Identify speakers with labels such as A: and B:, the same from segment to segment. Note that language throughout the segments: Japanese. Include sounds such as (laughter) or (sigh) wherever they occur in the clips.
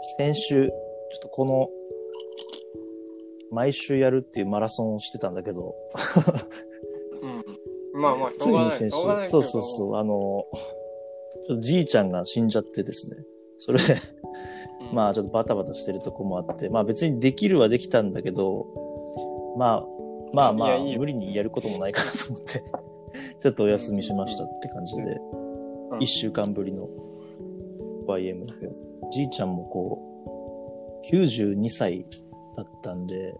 A: 先週、ちょっとこの、毎週やるっていうマラソンをしてたんだけど、
B: うん。まあまあ、し
A: つ
B: ょう
A: い
B: が
A: に
B: ない。
A: 先
B: し
A: 週
B: ょうがない、け
A: そ
B: ど
A: うそうそう、あの、ちょっとじいちゃんが死んじゃってですね、それで、
B: うん
A: まあちょっとバタバタしてるとこもあって、まあ別にできるはできたんだけど、まあ、まあまあ、
B: いやいいよ
A: 無理にやることもないかなと思って、 (laughs) ちょっとお休みしましたって感じで、
B: うん
A: 一週間ぶりの YM だけど、じいちゃんもこう、92歳だったんで、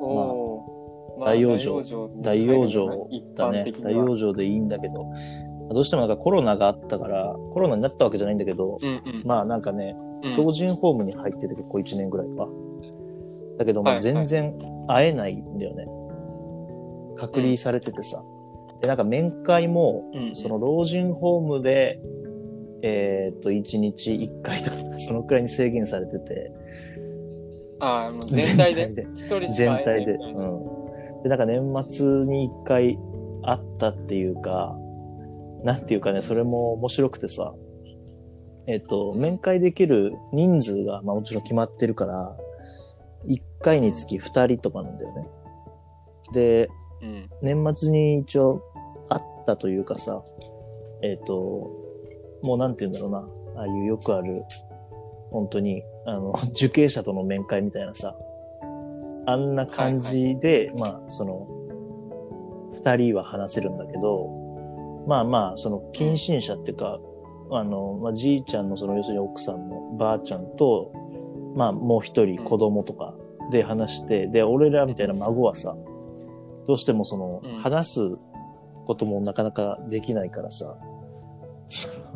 B: おーまあ
A: 大養生大養生だね。大養
B: 生。
A: 生でいいんだけど、どうしてもなんかコロナがあったから、コロナになったわけじゃないんだけど、
B: うんうん。
A: まあなんかね、
B: うん
A: 老人ホームに入ってて結構1年ぐらいは。だけども
B: は
A: う
B: い
A: 全然会えないんだよね。隔離されててさ。で、なんか面会も、
B: うん
A: その老人ホームで、えーっと、1日1回とか、そのくらいに制限されてて、
B: ああ、もう全体で。
A: で。
B: 一人しか
A: 全
B: 会えな
A: 体
B: い
A: で。
B: み
A: う
B: たいな。
A: ん。で、なんか年末に一回会ったっていうか、なんていうかね、それも面白くてさ、えっ、と、面会できる人数が、まあもちろん決まってるから、一回につき二人とかなんだよね。で、
B: うん。
A: 年末に一応会ったというかさ、えっ、と、もうなんて言うんだろうな、ああいうよくある、本当に、あの、 (laughs) 受刑者との面会みたいなさ、あんな感じで、まあ、その、二人は話せるんだけど、まあまあ、その、近親者っていうか、あの、まあ、じいちゃんの、その、要するに奥さんのばあちゃんと、まあ、もう一人子供とかで話して、で、俺らみたいな孫はさ、どうしてもその
B: うん、
A: 話すこともなかなかできないからさ、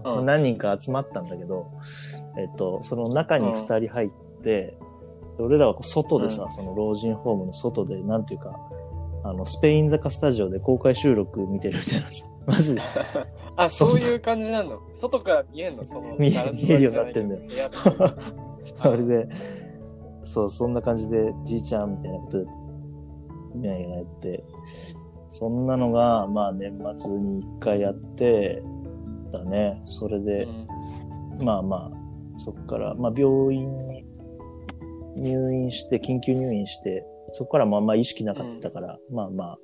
B: うん
A: 何人か集まったんだけど、えっと、その中に
B: うん
A: 二人入って、で俺らはこう外でさ、
B: う
A: その老人ホームの外で、なんていうか、あの、スペイン坂スタジオで公開収録見てるみたいなさ、マジで。
B: あ、そういう感じなの。外から見えんのその、
A: 見え
B: ガラス
A: 見えるようになってんだよ
B: 部屋とか
A: (laughs) あれで、そう、そんな感じで、じいちゃんみたいなことで、みんなやって、そんなのが、まあ年末に一回やって、だね。それで、
B: うん
A: まあまあ、そこから、まあ病院に入院して、緊急入院して、そこからまあまあ意識なかったから、まあま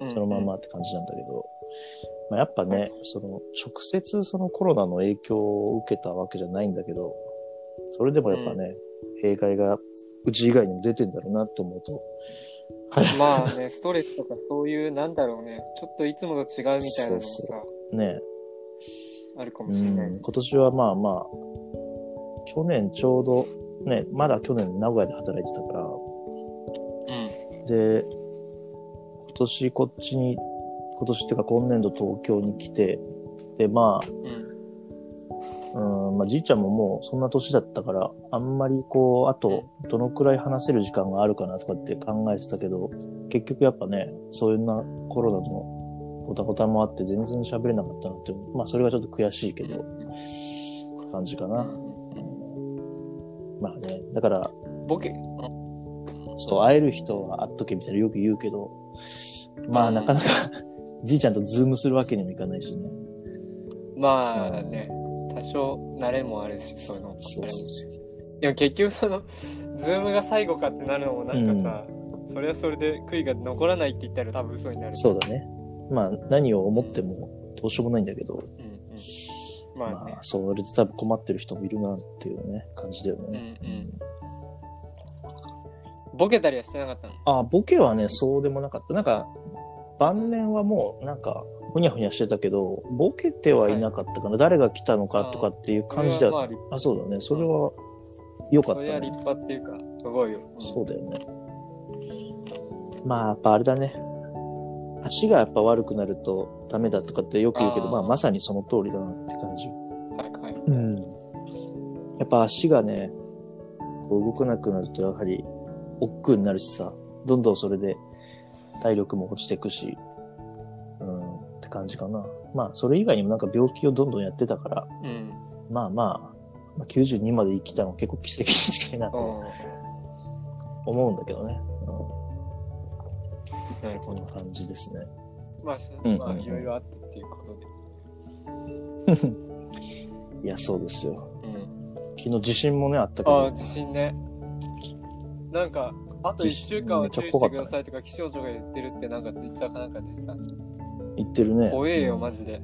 B: うん
A: あ、そのままって感じなんだけど、まあやっぱね、その、直接そのコロナの影響を受けたわけじゃないんだけど、それでもやっぱね、弊害がうち以外にも出てんだろうなと思うと、
B: まあね、ストレスとかそういう、なんだろうね、ちょっといつもと違うみたいなのがさ、
A: そうそね、
B: あるかも
A: う
B: しれない
A: ん、
B: ね。
A: 今年はまあまあ、去年ちょうど、ね、まだ去年名古屋で働いてたから、で、今年こっちに、今年っていうか今年度東京に来て、で、まあ、
B: うん。うん。
A: うん、まあじいちゃんももうそんな年だったから、あんまりこう、あとどのくらい話せる時間があるかなとかって考えてたけど、結局やっぱね、そういうなコロナのごたごたもあって全然喋れなかったなって、まあそれがちょっと悔しいけど、感じか
B: う
A: な。
B: ん
A: まあね、だから、
B: ボケ、
A: そう、会える人は会っとけみたいなよく言うけど、まあなかなか (laughs) じいちゃんとズームするわけにもいかないしね。
B: まあね、多少慣れもあるし、そういうのも。
A: そうそうそう。
B: でも結局その、ズームが最後かってなるのもなんかさ、それはそれで悔いが残らないって言ったら多分嘘になる。
A: そうだね。まあ何を思ってもどうしようもないんだけど、
B: うんうん。
A: ま
B: まあね
A: あ、それで多分困ってる人もいるなっていうね、感じだよね。
B: うんうんボケたりはしてなかったの。
A: あ、ボケはね、そうでもなかった。なんか、晩年はもうなんか、ふにゃふにゃしてたけど、ボケてはいなかったかな。誰が来たのかとかっていう感じで
B: それはま
A: は、
B: あ立
A: あ、そうだね。それは良かっ
B: そ
A: た
B: れは
A: ね
B: 立。派っていうか、すごいよ。うん
A: そうだよね。まあ、やっぱあれだね。足がやっぱ悪くなるとダメだとかってよく言うけど、
B: あー
A: まあまさにその通りだなって感じ。
B: はいはい。
A: うん。やっぱ足がね、こう動かなくなるとやはり億劫になるしさ、どんどんそれで体力も落ちていくし、うん、って感じかな。まあそれ以外にもなんか病気をどんどんやってたから、
B: うん。
A: まあまあ、まあ92まで生きたのは結構奇跡に近いなと
B: う
A: 思うんだけどね。うん
B: ん。なるほ
A: こん
B: ど。
A: な感じですね。
B: まあ、す
A: うんうん
B: まあ、いろいろあったっていうことで。
A: いや、そうですよ。
B: うん。
A: 昨日地震もね、あったけ
B: ああ
A: ど、
B: 地震ねなんかあと1週間は注意してくださいとか気象庁が言ってるってなんかツイッターかなんかでさ
A: 行ってるね。
B: 怖えよマジで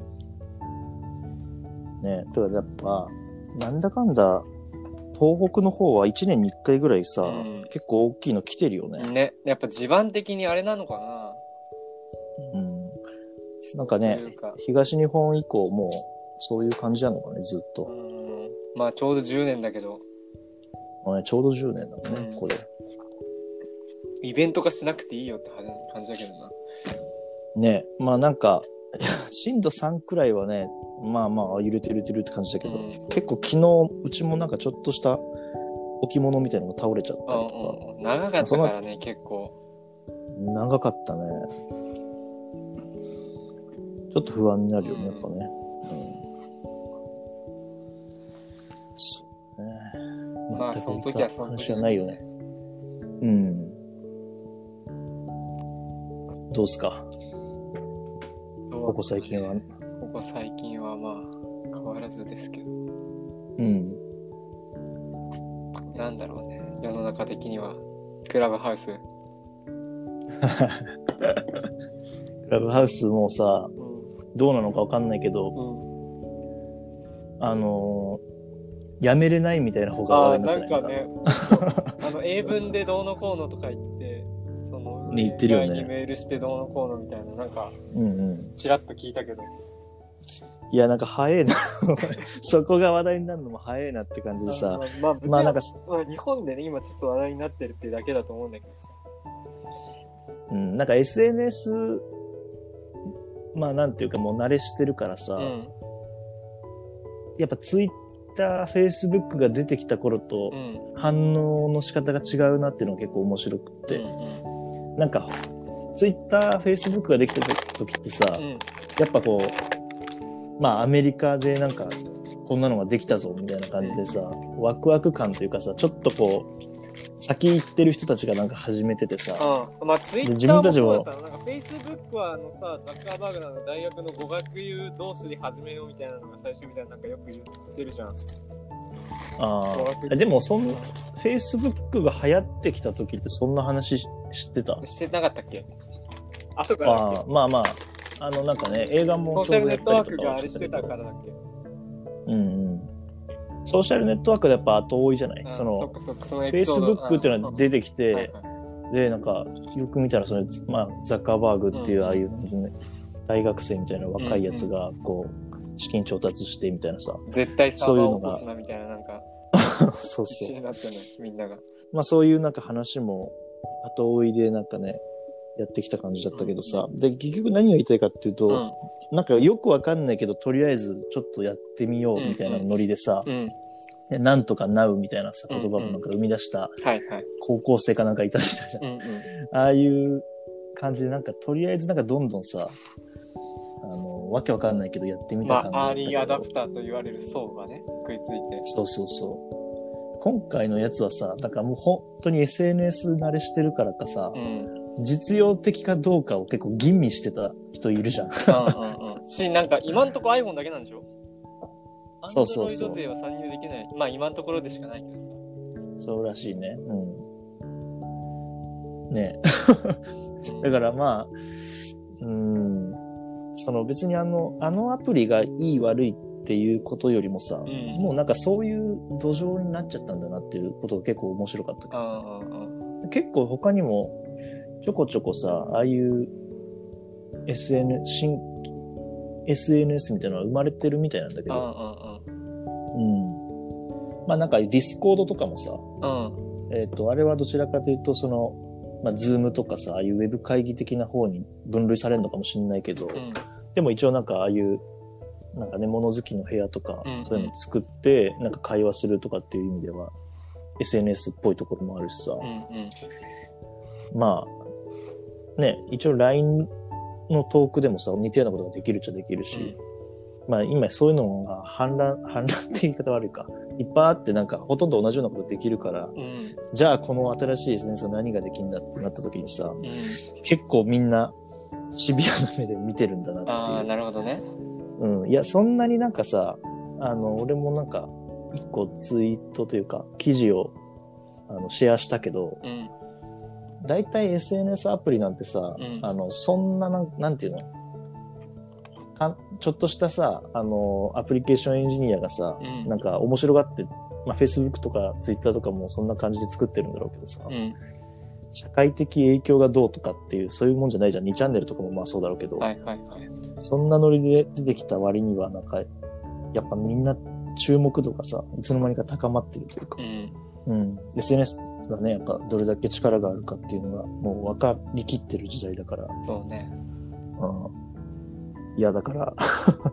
A: ね、だからやっぱ、なんだかんだ、東北の方は1年に1回ぐらいさ、
B: うん
A: 結構大きいの来てるよね。
B: ねやっぱ地盤的にあれなのかな
A: うん。なんかね
B: というか
A: 東日本以降もう、そういう感じなのかね、ずっ
B: う
A: と。
B: んまあちょうど10年だけど
A: ねちょうど10年だもんね、
B: うん
A: これ。
B: イベント化しなくていいよって感じだけどな
A: ね、まあなんか、 (laughs) 震度3くらいはね、まあまあ揺れてる揺れてるって感じだけど、
B: うん
A: 結構昨日、うちもなんかちょっとした置物みたいなのが倒れちゃった
B: う
A: り
B: ん
A: と
B: うんうん長かったからね結構
A: か、長かったね。ちょっと不安になるよね、や
B: うん
A: っぱね。うんそうね。
B: まあ
A: 全く
B: その時はその
A: 話
B: 時
A: じゃないよね。うん。どうっすか
B: こ
A: ここ最近は。
B: ここ最近はまあ変わらずですけど
A: うん。
B: なんだろうね世の中的にはクラブハウス、
A: クラブハウスもさ、
B: うん
A: どうなのかわかんないけど、あのーやめれないみたいな方が
B: あ
A: 話
B: あ
A: 題になっ
B: なん
A: て
B: か
A: ない (laughs)
B: ねあの英文でどうのこうのとか言ってその
A: ね言ってるよね
B: 運営側にメールしてどうのこうのみたいななんか
A: うんう
B: ちらっと聞いたけど
A: ん。いや、なんか早えな。 (laughs) そこが話題になるのも早えなって感じでさ。
B: まあ、まあ、
A: まあなん
B: か
A: か、
B: 日本でね今ちょっと話題になってるってだけだと思うんだけどさ
A: うん、なんか SNS、まあなんていうかもう慣れしてるからさ、
B: うん
A: やっぱツイッター、フェイスブックが出てきた頃と
B: うん
A: 反応の仕方が違うなっていうのが結構面白くって、
B: うんうん
A: なんか、ツイッター、フェイスブックができてた時ってさ、
B: うん
A: やっぱこう、まあアメリカでなんか、こんなのができたぞみたいな感じでさ、ワクワク感というかさ、ちょっとこう、先行ってる人たちがなんか始めててさ、
B: うん、まあツイッタ
A: 自
B: ー
A: 分
B: も
A: たち
B: そ
A: も
B: うだったのなんかフェイスブックはあのさザッカーバーグなの大学の語学友同士で始めようみたいなのが最初みたいななんかよく言ってるじゃん
A: あ
B: ワクワク
A: あでもそん、フェイスブックが流行ってきた時ってそんな話し知ってた
B: してなかったっけ後からだ
A: あ
B: っけ
A: あ、まあまあ、あのなんかね、映画
B: ソ
A: も
B: ーシャルネ
A: や
B: ットワーク
A: は
B: があれしてた
A: け
B: か
A: ど
B: らだっけ
A: うんうん。ソーシャルネットワークでやっぱ後追いじゃない、
B: うん
A: そ
B: そっ
A: の、
B: かそっかその
A: フ
B: エ
A: ェ
B: ピ
A: イ
B: ソ
A: ス
B: ー
A: ブ
B: ド
A: ックっていうのが出てきて、
B: うんはいはい
A: で、なんか、よく見たら、それ、まあ、ザッカーバーグっていうう、
B: ん
A: ああいう、ね大学生みたいな若いやつが、こう、資金調達してみたいなさ、
B: 絶対サーバーを落とすなみたいななんか
A: (laughs) そう
B: 必
A: そ
B: 死
A: う。
B: になってねみんなが
A: まあ、そういうなんか話も、後追いで、なんかね、やってきた感じだったけどさ、で、結局何が言いたいかっていう
B: う
A: と、
B: ん
A: なんかよくわかんないけど、とりあえずちょっとやってみようみたいなノリでさ、
B: うん
A: でなんとかなうみたいなさ、
B: うん
A: 言葉もなんか生み出した
B: はいはい
A: 高校生かなんかいたりしたじゃん
B: うんうん
A: ああいう感じで、なんかとりあえずなんかどんどんさ、あの、わけわかんないけどやってみた
B: ま
A: 感じだ
B: あア
A: った
B: ー
A: け
B: リ
A: ど。
B: ーアダプターと言われる層がね食いついて
A: そうそうそう。今回のやつはさ、なんかもう本当に SNS 慣れしてるからかさ
B: う、ん
A: 実用的かどうかを結構吟味してた人いるじゃん。
B: うんうんうんし、なんか今んとこ iPhone だけなんでしょ
A: そうそうそう
B: Android 勢は参入できない。まあ今のところでしかないけどさ。
A: そうらしいね。うん。ね
B: う
A: だ
B: ん
A: からまあ、うん、その別にあの、あのアプリがいい悪いっていうことよりもさ、
B: ん
A: もうなんかそういう土壌になっちゃったんだなっていうことが結構面白かったか
B: うんうんうん
A: ら。結構他にもちょこちょこさ、ああいう SN、新、SNS みたいなのが生まれてるみたいなんだけ
B: うん
A: ど、うん。まあなんかディスコードとかもさ、
B: うんうん
A: えっ、と、あれはどちらかというと、その、まあ、ズームとかさ、ああいうウェブ会議的な方に分類されるのかもしれないけど、
B: うん
A: でも一応なんかああいう、なんかね、物好きの部屋とか
B: うんうん、
A: そういうの作って、なんか会話するとかっていう意味では、SNS っぽいところもあるしさ、
B: うんうん
A: まあ、ね、一応 LINE のトークでもさ、似たようなことができるっちゃできるし、まあ今そういうのが反乱、反乱って言い方悪いか、いっぱいあってなんかほとんど同じようなことできるから、
B: うんうん
A: じゃあこの新しい SNS は何ができるんだってなった時にさ、
B: うん
A: 結構みんなシビアな目で見てるんだなって
B: ああ
A: いう。
B: なるほどね。
A: うん。いや、そんなになんかさ、あの、俺もなんか、一個ツイートというか、記事をあのシェアしたけど、
B: うん。
A: 大体 SNS アプリなんてさ、
B: うん
A: あの、そんななん、なんていうのかんちょっとしたさ、あの、アプリケーションエンジニアがさ、
B: うん
A: なんか面白がって、まあ、Facebook とか Twitter とかもそんな感じで作ってるんだろうけどさ、
B: うん。
A: 社会的影響がどうとかっていう、そういうもんじゃないじゃん。2チャンネルとかもまあそうだろうけど、
B: はいはいはい。
A: そんなノリで出てきた割には、なんか、やっぱみんな注目度がさ、いつの間にか高まってるというか
B: う、ん。
A: うん。SNS がね、やっぱどれだけ力があるかっていうのが、もう分かりきってる時代だから、
B: そうね。
A: うん。いや、だから、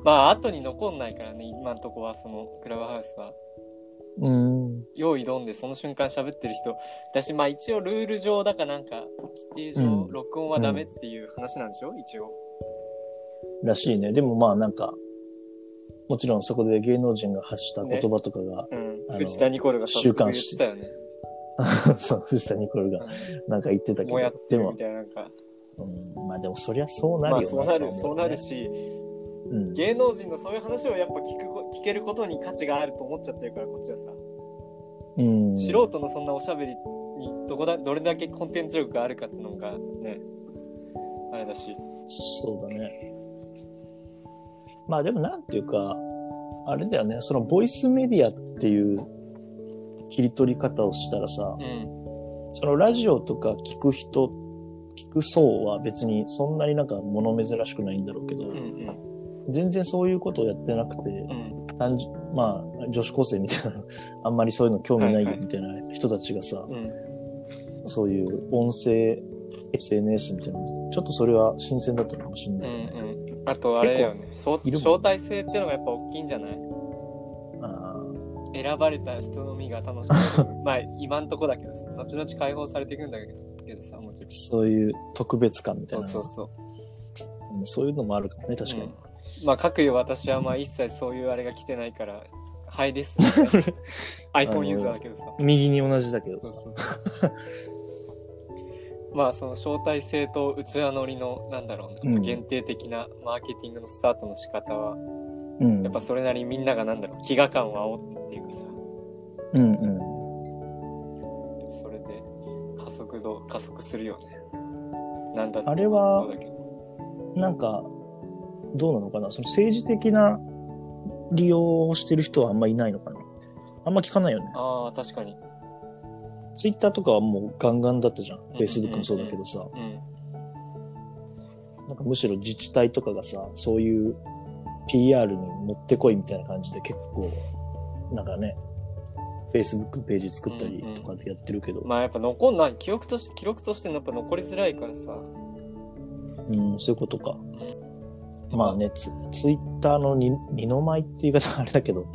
B: まあ、 (laughs) 後に残んないからね、今んとこは、その、クラブハウスは。
A: うん。
B: 用意どんで、その瞬間喋ってる人。だし、まあ、一応、ルール上だかなんか、規定上、
A: うん
B: 録音はダメっていう話なんでしょ一応。
A: らしいね。でもまあなんか、もちろんそこで芸能人が発した言葉とかが、
B: うん
A: あ。の
B: 藤田ニコルが早
A: 週
B: 速言
A: 刊
B: って
A: 誌
B: たよね。
A: (laughs) そう、藤田ニコルがなんか言ってた
B: うん
A: け
B: もうやっ
A: ど、
B: て
A: で
B: る
A: も
B: み、たいな、なんか。
A: うん、まあでもそりゃそうなるよ
B: まあ、
A: ね
B: そうな
A: と
B: る、
A: は
B: そ
A: 思
B: う
A: うよ
B: な
A: ね
B: るし、
A: うん
B: 芸能人のそういう話をやっぱ聞くこ、聞けることに価値があると思っちゃってるから、こっちはさ。
A: うん。
B: 素人のそんなおしゃべりにどこだどれだけコンテンツ力があるかってのがねあれだし
A: そうだね。まあでもなんていうか、あれだよね、そのボイスメディアっていう切り取り方をしたらさ
B: う、ん
A: そのラジオとか聞く人、聞く層は別にそんなになんか物珍しくないんだろうけど
B: う、ん
A: 全然そういうことをやってなくて、
B: うんうん
A: 単純まあ女子高生みたいな、あんまりそういうの興味ないよみたいな人たちがさ、
B: うん
A: そういう音声、SNS みたいな、ちょっとそれは新鮮だったのかもしれ
B: う
A: ないよね。
B: んうんあとあれだよねそう
A: いるもん
B: 招待制ってのがやっぱ大きいんじゃない
A: あー
B: 選ばれた人のみ
A: (laughs)
B: が楽しめるまあ今んとこだけどさ後々解放されていくんだけどけどさもちろん
A: そういう特別感みたいう
B: そ
A: な。
B: そうそう
A: うんそういうのもあるかもね、確かに。
B: まあかくよ私はまあ一切そういうあれが来てないからハ
A: (laughs)
B: イです、ね、iPhone ユーザーだけどさ
A: 右に同じだけど
B: そう (laughs)
A: さ。
B: そうまあその招待制と内輪乗りのなんだろう
A: う
B: ね
A: ん
B: 限定的なマーケティングのスタートの仕方は
A: うん。
B: やっぱそれなりにみんながなんだろう飢餓感を煽ってっていうかさ
A: うんうん。
B: それで加速度加速するよねなんだって
A: あれは
B: そうだけど
A: なんか、どうなのかなその政治的な利用をしてる人はあんまいないのかなあんま聞かないよね。
B: ああ確かに
A: ツイッターとかはもうガンガンだったじゃん。
B: ん
A: Facebook もそうだけどさ。
B: うん
A: なんかむしろ自治体とかがさ、そういう PR に持ってこいみたいな感じで結構、なんかね、Facebook ページ作ったりとかでやってるけど、
B: まあやっぱ残んない記憶として記録としてのやっぱ残りづらいからさ
A: うん、そういうことか。まあね、ツツイッターのに二の舞っていう言い方はあれだけど、
B: う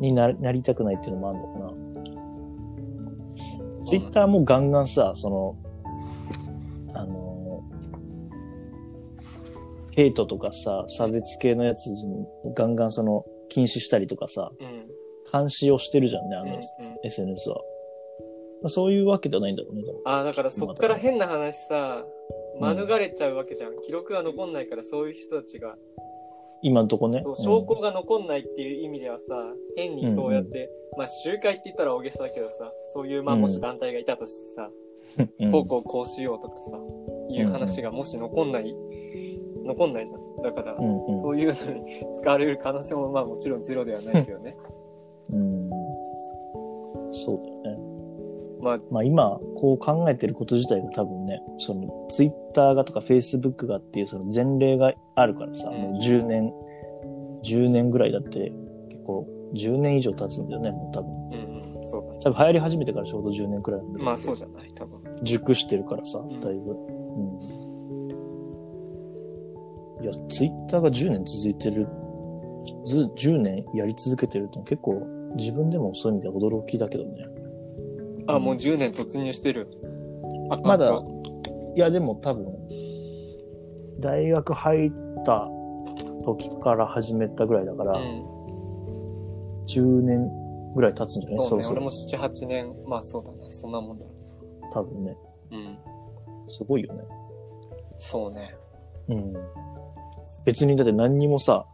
A: にななりたくないっていうのもあるのかな。
B: ん
A: ツイッターもガンガンさ、その、あのー、ヘイトとかさ、差別系のやつにガンガンその、禁止したりとかさ、
B: うん
A: 監視をしてるじゃんね、あ
B: うんう
A: の
B: ん
A: SNS は。まあ、そういうわけじゃないんだろうね、でも。
B: あーだからそっから変な話さ免れちゃうわけじゃん記録が残んないからそういう人たちが
A: 今んとこね。
B: そう証拠が残んないっていう意味ではさ変にそうやって、まあ集会って言ったら大げさだけどさそういうまあ
A: うん
B: もし団体がいたとしてさ、
A: うん、
B: こうこうこうしようとかさいう話がもし残んない、残んないじゃんだから、
A: うんうん
B: そういうのに使われる可能性もまあもちろんゼロではないけ
A: (laughs)
B: どね、
A: うん。そうだよね。
B: まあ
A: まあ今、こう考えてること自体が多分ね、そのツイッターがとかフェイスブックがっていうその前例があるからさ、
B: うん
A: もう10年、10年ぐらいだって結構10年以上経つんだよね、もう多分。
B: うんうんそうだね
A: 多分流行り始めてからちょうど10年くらいなんだけど
B: まあそうじゃない多分
A: 熟してるからさ、
B: ん
A: だいぶ。うん。いや、ツイッターが10年続いてる、ず10年やり続けてるって結構自分でもそういう意味では驚きだけどね。
B: あもう10年突入してるあ
A: まだ
B: なんか
A: いや、でも多分、大学入った時から始めたぐらいだから、
B: うん
A: 10年ぐらい経つんじゃない
B: そうね、
A: そ
B: 俺
A: ろ
B: も
A: そ
B: 7、8年、まあそうだね、そんなもんだろ
A: ろ。多分ね、
B: う。うん。
A: すごいよね。
B: そうね。
A: うん。別にだって何にもさ、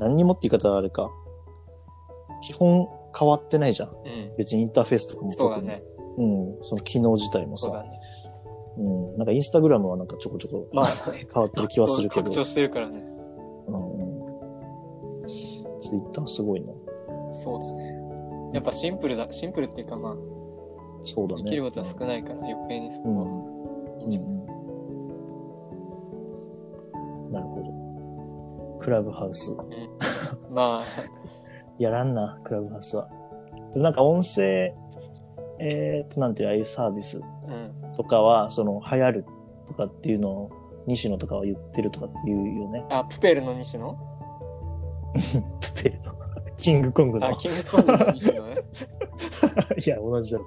A: 何にもって言い方はあれか、基本変わってないじゃん。
B: うん。
A: 別にインターフェースとかも
B: そうだ
A: 特に。
B: ね。
A: うん。その機能自体も
B: そう
A: さ
B: だ。ね。
A: うん。なんかインスタグラムはなんかちょこちょこ
B: まあ、
A: 変わってる気はするけど
B: 拡。張してるからね。
A: うん。ツイッターすごいな。
B: そうだね。やっぱシンプルだ、シンプルっていうかまあ、
A: そうだね。
B: できることは少ないから、余計にそこはいいんじゃない
A: うんなるほど。クラブハウス。
B: まあ、 (laughs)
A: やらんな、クラブハウスは。でもなんか音声、えー、っと、なんていう、ああいうサービス
B: うん。
A: とかは、その、流行るとかっていうのを、西野とかは言ってるとかって言うよね。
B: あ、プペルの西野
A: プペルとか、 (laughs) キングコングの。
B: あ、
A: い
B: キングコングの西野
A: (laughs)
B: ね。
A: や、同じだろ。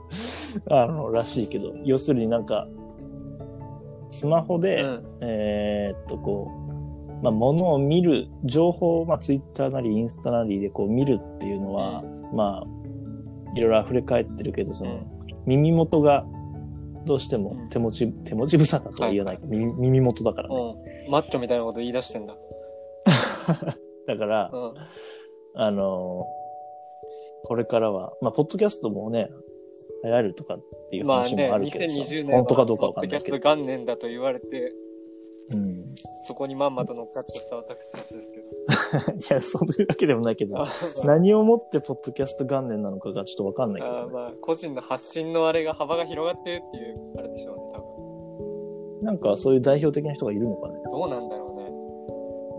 A: あの、らしいけど。要するになんか、スマホ
B: う
A: で、
B: ん。
A: えーっと、こう、まあ、物を見る、情報を、まあ、ツイッターなり、インスタなりでこう見るっていうのは、まあ、いろいろ溢れ返ってるけど、その、耳元が、どうしても
B: うん
A: 手持ち、手持ち無沙汰とは言わないけど、耳耳元だからね。
B: うん。マッチョみたいなこと言い出してんだ。
A: だから
B: う、ん。
A: あのーこれからは、まあ、ポッドキャストもね、流行るとかっていう
B: まあ
A: 話
B: ね、
A: もあるけどさ、
B: 2020年は
A: 本当かどうか
B: ポ
A: わ
B: ッ
A: か
B: ド
A: ん
B: キ
A: な
B: ャ
A: い
B: ス
A: け
B: ト
A: ど。
B: 元年だと言われて、
A: うん。い
B: そこにまんまと乗っかっちゃった私たちですけ
A: や、そう (laughs) いうわけでもないけ
B: (laughs)
A: ど、
B: ど。
A: 何をもってポッドキャスト元年なのかがちょっとわかんないけどね、
B: あーまあ、個人の発信のあれが幅が広がってるっていうあれでしょうね、多分。
A: なんかそういう代表的な人がいるのかね。
B: どうなんだろ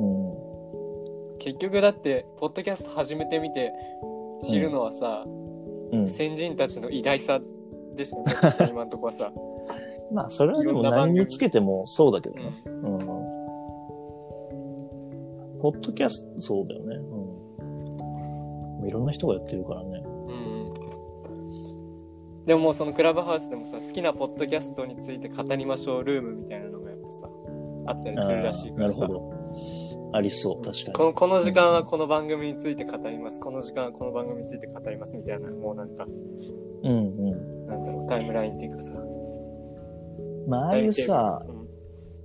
B: うね。
A: うん。
B: 結局だってポッドキャスト始めてみて知るのはさ、
A: うん、
B: 先人たちの偉大さでしかない
A: (laughs)
B: 今んとこはさ、
A: まあ、それはでも何につけてもそうだけど
B: う
A: ね。
B: ん
A: うん。ポッドキャスト、そうだよね。うん。いろんな人がやってるからね。
B: うん、でももうそのクラブハウスでもさ好きなポッドキャストについて語りましょうルームみたいなのがやっぱさあったりするらしい
A: あー
B: か
A: な
B: ら
A: る
B: さ
A: ほど。ありそう、確か
B: このこの時間はこの番組について語りますこの時間はこの番組について語りますみたいなもうなんか
A: に。うんう
B: なんだろうタイムラインっていうかさ
A: ん。まあ、ああいうさ、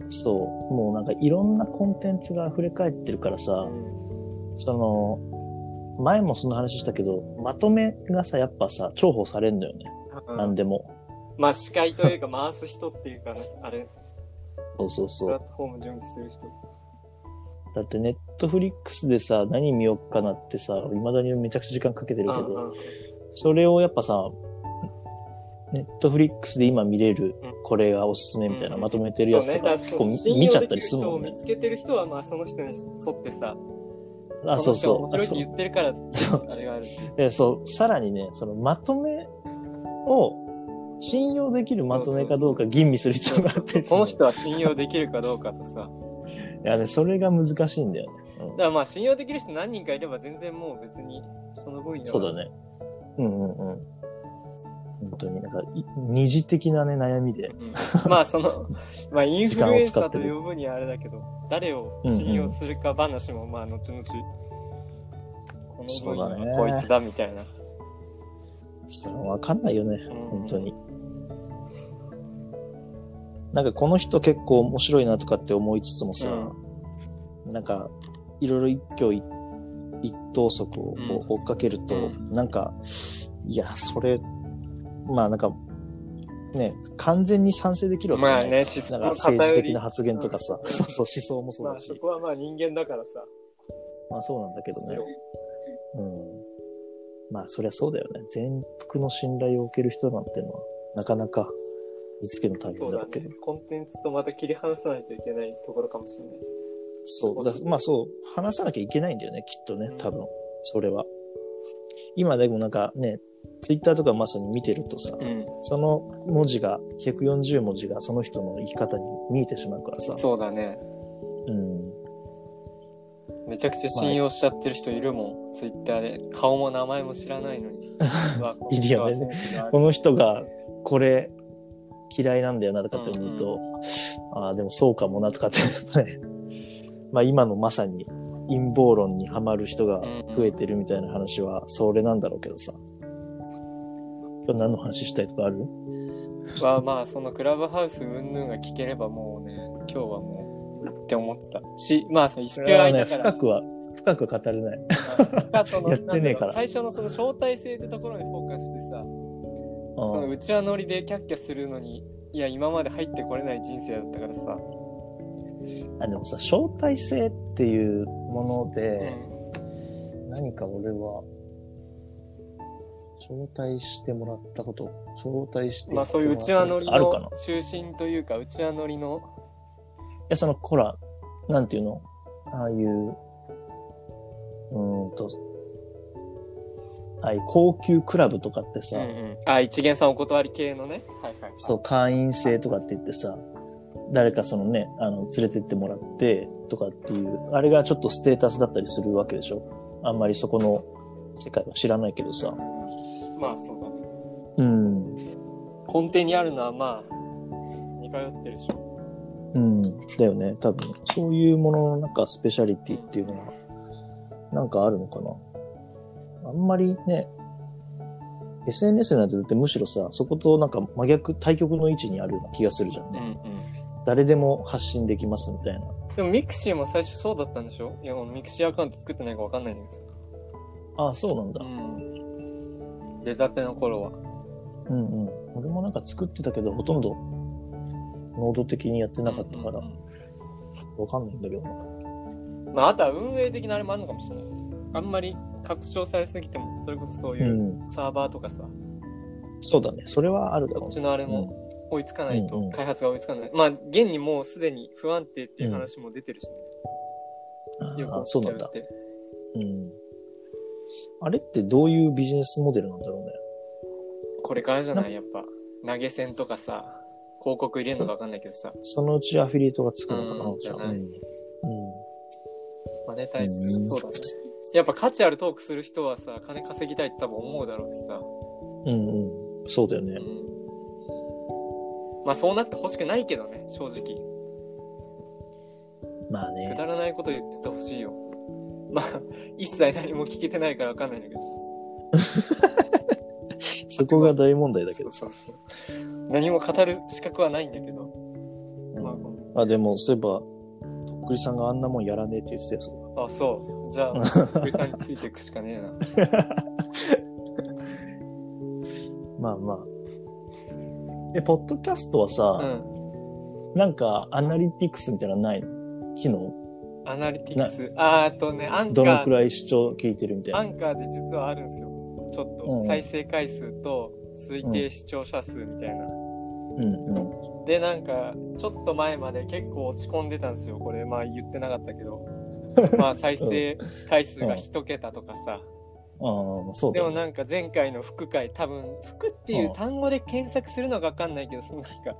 A: そう、もうなんかいろんなコンテンツが溢れ返ってるから
B: う
A: さ、
B: ん
A: その、前もその話したけど、まとめがさ、やっぱさ、重宝されんのよね。
B: うん
A: 何でも。
B: まあ司会というか回す人っていうかねあれ
A: そうそうそ
B: プ
A: う
B: ラ。ットフォーム準備する人
A: だってネットフリックスでさ、何見よっかなってさ、未だにめちゃくちゃ時間かけてるけ
B: うんう
A: ど、
B: ん
A: それをやっぱさ、ネットフリックスで今見れる
B: うん、
A: これがおすすめみたいな、
B: うん
A: まとめてるやつ
B: そうね
A: と
B: だ
A: か、
B: ら
A: 結構見
B: 信用
A: 見ちゃったりするもん
B: でき
A: ね
B: 人を。見つけてる人はまあその人に沿ってさ
A: あ、そうそ
B: こ
A: う。
B: の
A: あそ
B: 人が面白いって
A: う
B: 言ってるから
A: そう
B: あれがあ
A: (laughs)
B: るし
A: えそう、さらにね、そのまとめを、信用できるまとめかどうか吟味する必要があって、
B: この人は信用できるかどうかとさ
A: いやね、それが難しいんだよね。うん
B: だからまあ信用できる人何人かいれば全然もう別にその分野は
A: そうだね。うんうんうん。本当になんか、い二次的なね、悩みで。
B: うんまあ
A: (laughs)
B: そのまあインフルエンサー
A: 時間を
B: と
A: 使ってる
B: 呼ぶにはあれだけど誰を信用するか話もまあ後々この
A: そうだ
B: 分
A: ね
B: 野はこいつだみたいな、
A: それはわかんないよね、
B: うん
A: 本当に。なんかこの人結構面白いなとかって思いつつもさ、なんかいろいろ一挙一一投足をこう追っかけると、
B: う
A: なんか、いや、それ、まあなんか、ね、完全に賛成できるわけ
B: まあ
A: ない。
B: ね思想
A: なん
B: の
A: か政治
B: 偏
A: 的
B: り
A: な発言とかさ、
B: うん
A: そうそう思想もそう
B: まあ
A: だし
B: そ、こはまあ人間だからさ
A: まあそうなんだけどね。うんまあ、そりゃそうだよね。全幅の信頼を受ける人なんてのは、なかなか見つけるの大
B: そ
A: 変
B: う
A: だろ
B: だ
A: うけど
B: ね。。コンテンツとまた切り離さないといけないところかもしれないです。
A: そうだまあそう、話さなきゃいけないんだよね、きっとね、多分。それは。今でもなんかね、ツイッターとかまさに見てるとさ、
B: う
A: その文字が、140文字がその人の生き方に見えてしまうからさ。
B: そうだね。
A: うん。
B: めちゃくちゃ信用しちゃってる人いるもん。ツイッターで。顔も名前も知らない
A: (laughs)
B: のに。うわこの人はセンスがあ
A: この人がこれ嫌いなんだよなとかって思うと、ああ、でもそうかもなとかって、やっぱね (laughs) まあ今のまさに陰謀論にはまる人が増えてるみたいな話はそれなんだろうけどさ。今日何の話したいとかある
B: はまあ、そのクラブハウス云々が聞ければもうね、今日はもう、って思ってた。し、まあ、その一
A: そ
B: 周
A: れは
B: 間
A: ね、
B: だから
A: 深。くは、深深く語れない。
B: がその
A: やってねえから
B: なんだろう最初のその招待制ってところにフォーカスしてさ
A: うん
B: そのうちわノリでキャッキャするのにいや今まで入ってこれない人生だったからさ、
A: あでもさ、招待制っていうもので、
B: う
A: 何か俺は、招待してもらったこと、招待して
B: ん、まあそういううち
A: もら
B: わ
A: ったこ
B: ノ
A: と
B: リ
A: あるかな
B: の
A: い
B: 中心というかうちわノリの
A: や、その、ほら、なんていうのああいう、うーんと、ああいう高級クラブとかって
B: う
A: さ、
B: んうん、あ一元さんお断り系のね、はいはい、
A: そう、会員制とかって言ってさ、誰かそのね、あの、連れてってもらってとかっていう、あれがちょっとステータスだったりするわけでしょあんまりそこの世界は知らないけどさ。
B: まあそうだね
A: うん。
B: 根底にあるのはまあ似通ってるでしょ
A: うん。だよね。多分、そういうもののなんかスペシャリティっていうのは、なんかあるのかな。あんまりね、SNS なんてだってむしろさ、そことなんか真逆、対極の位置にあるような気がするじゃん
B: うん
A: ね。
B: うん
A: 誰でも発信できますみたいな。
B: でもミクシーも最初そうだったんでしょいやミクシーアカウント作ってないかわかんないんですけ
A: ああ、そうなんだ。
B: ど、うん、出たての頃は
A: うんうん。俺もなんか作ってたけど、ほとんど、能動的にやってなかったから
B: うんう、ん
A: わかんないんだけどな。
B: うんまあ、あとは運営的なあれもあるのかもしれないですねあんまり拡張されすぎてもそれこそそういう
A: うん。
B: サーバーとかさ、
A: そうだね。それはあるだ
B: こ
A: ろう
B: っ
A: ね
B: ちのあれも追いつかないと、
A: うんうん
B: 開発が追いつかないまあ現にもうすでに不安定っていう話も出てるしね、よ
A: ああ
B: く
A: そ
B: 起
A: う
B: きち
A: な
B: ゃ
A: ん
B: う
A: だ
B: っ。て
A: うん。あれってどういうビジネスモデルなんだろうね。
B: これからじゃないやっぱ投げ銭とかさ広告入れるのか分かんないけどさ
A: そのうちアフィリエイトがつくのかな
B: う、ん
A: じゃあ。
B: じゃな
A: う
B: い
A: ん。
B: マネタイ
A: う
B: ズ
A: ん
B: そうだねやっぱ価値あるトークする人はさ金稼ぎたいって多分思うだろうしさ、
A: うんうん。そうだよね。
B: まあそうなってほしくないけどね正直
A: まあ
B: く
A: ね。
B: だらないこと言っててほしいよ (laughs) まあ一切何も聞けてないから分かんないんだけどさ
A: そこが大問題だけどさ。
B: そうそうそう何も語る資格はないんだけどまあ
A: うんあ、でも、そういえば、とっくりさんがあんなもんやらねえって言ってたよ、それは
B: あそうじゃあ上からについていくしかねえな
A: (laughs) まあまあ。え、ポッドキャストはさ、
B: うん
A: なんか、アナリティクスみたいなのないの機能
B: アナリティクスあーあとねアンカ
A: どの
B: ー
A: くらい視聴聞いてるみたいな。
B: アンカーで実はあるんですよちょっ
A: うんう
B: と
A: ん
B: 再生回数と推定視聴者数みたいな、
A: うんうん。
B: でなんかちょっと前まで結構落ち込んでたんですよこれまあ言ってなかった
A: (laughs)
B: けどまあ再生回数が1桁とかさ、
A: ああ、そう
B: で
A: だ、
B: も
A: ね。
B: なんか前回の副回多分副っていう単語で検索するのが分かんないけどそのなんか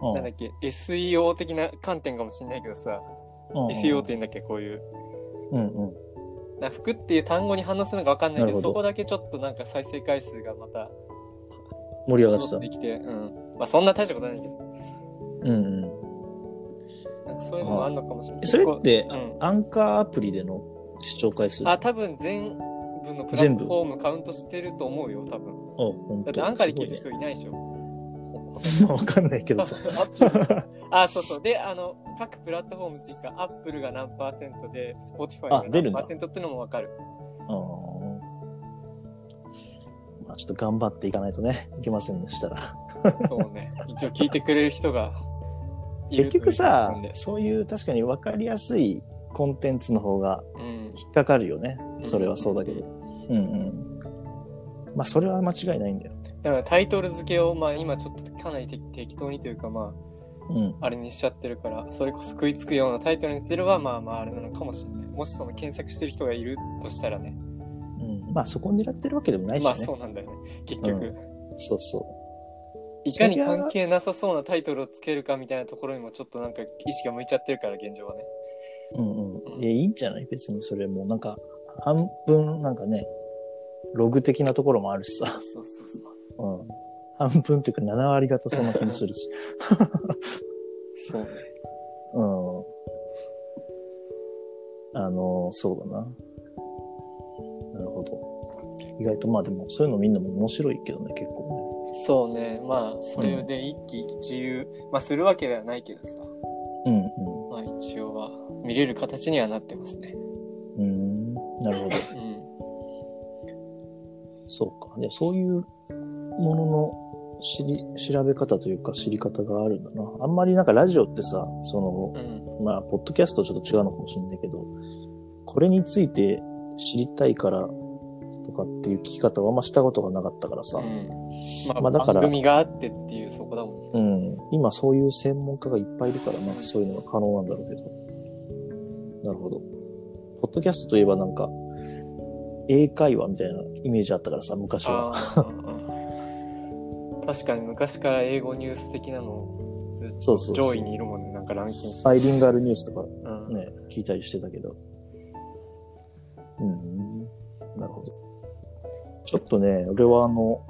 A: うん
B: なんだっけ SEO 的な観点かもしれないけどさ
A: うんうん
B: SEO って言うんだっけこういう
A: うんうん。
B: な服っていう単語に反応するのか分かんない
A: な
B: け
A: る
B: ど
A: ほど
B: そこだけちょっとなんか再生回数がまた
A: 盛り上がってた
B: 戻っ。てきて、うんまあ、そんな大したことないけど
A: うんうん。
B: なんかそういうのもあるのかもしれない
A: それって
B: 結構うん、
A: アンカーアプリでの視聴回数
B: あ多分全部のプラットフォームカウントしてると思うよ多分
A: あ、ほん
B: だ
A: と
B: ってアンカーで聞いてる人いないでしょ
A: すごいねまあわかんないけど
B: (laughs)
A: さ。
B: あそうそうであの各プラットフォームっていうかアップルが何パーセントで Spotify が
A: あ出る
B: 何
A: んだ
B: パーセントっていうのも分かる
A: あーまあ、ちょっと頑張っていかないとね、いけませんでしたら。
B: そうね一応聞いてくれる人がいる
A: 結
B: という
A: 局さ
B: ことなんで、
A: そういう確かに分かりやすいコンテンツの方が
B: うん、
A: 引っかかるよね。それはそうだけど。うんうん。まあ、それは間違いないんだよ。
B: だからタイトル付けをまあ今ちょっとかなり適適当にというかま
A: うん。
B: ああれにしちゃってるからそれこそ食いつくようなタイトルにすればまあまああれなのかもしれないもしその検索してる人がいるとしたらね
A: うん、まあそこを狙ってるわけでもないしね。
B: まあそうなんだよね結局、
A: うそうそ
B: いかに関係なさそうなタイトルをつけるかみたいなところにもちょっとなんか意識が向いちゃってるから現状はね
A: う。うんうん。いや、いいんじゃない別にそれもうなんか、半分なんかね、ログ的なところもあるしさ。
B: そうそうそ
A: う
B: う
A: ん。半分っていうか7割方そんな気もす
B: (laughs)
A: るし。
B: そうね
A: うん。あの、そうだな。なるほど。意外とまあでもそういうの見るのも面白いけどね、結構
B: そうねまあそれで一喜一憂、まあするわけではないけどさ
A: ね。うんうん。
B: まあ一応は見れる形にはなってますね
A: うーんなるほど。
B: うん。
A: そうか。でそういうものの知り、調べ方というか知り方があるんだな。あんまりなんかラジオってさ、その、
B: うん。
A: まあ、ポッドキャストとちょっと違うのかもしれないけど、これについて知りたいからとかっていう聞き方はあんましたことがなかったからさ、
B: まあ、
A: まあだから
B: 番組があってっていう、そこだもんね。
A: うん、今そういう専門家がいっぱいいるからな、そういうのが可能なんだろうけど。なるほど。ポッドキャストといえばなんか、英会話みたいなイメージあったからさ、昔は。
B: ああ。確かに昔から英語ニュース的なの、ずっ
A: そうそう
B: と
A: そう
B: 上位にいるもんね、なんかランキン
A: バイリンガルニュースとか
B: グ。うん。
A: ね、聞いたりしてたけど。うん、なるほど。ちょっとね、俺はあの、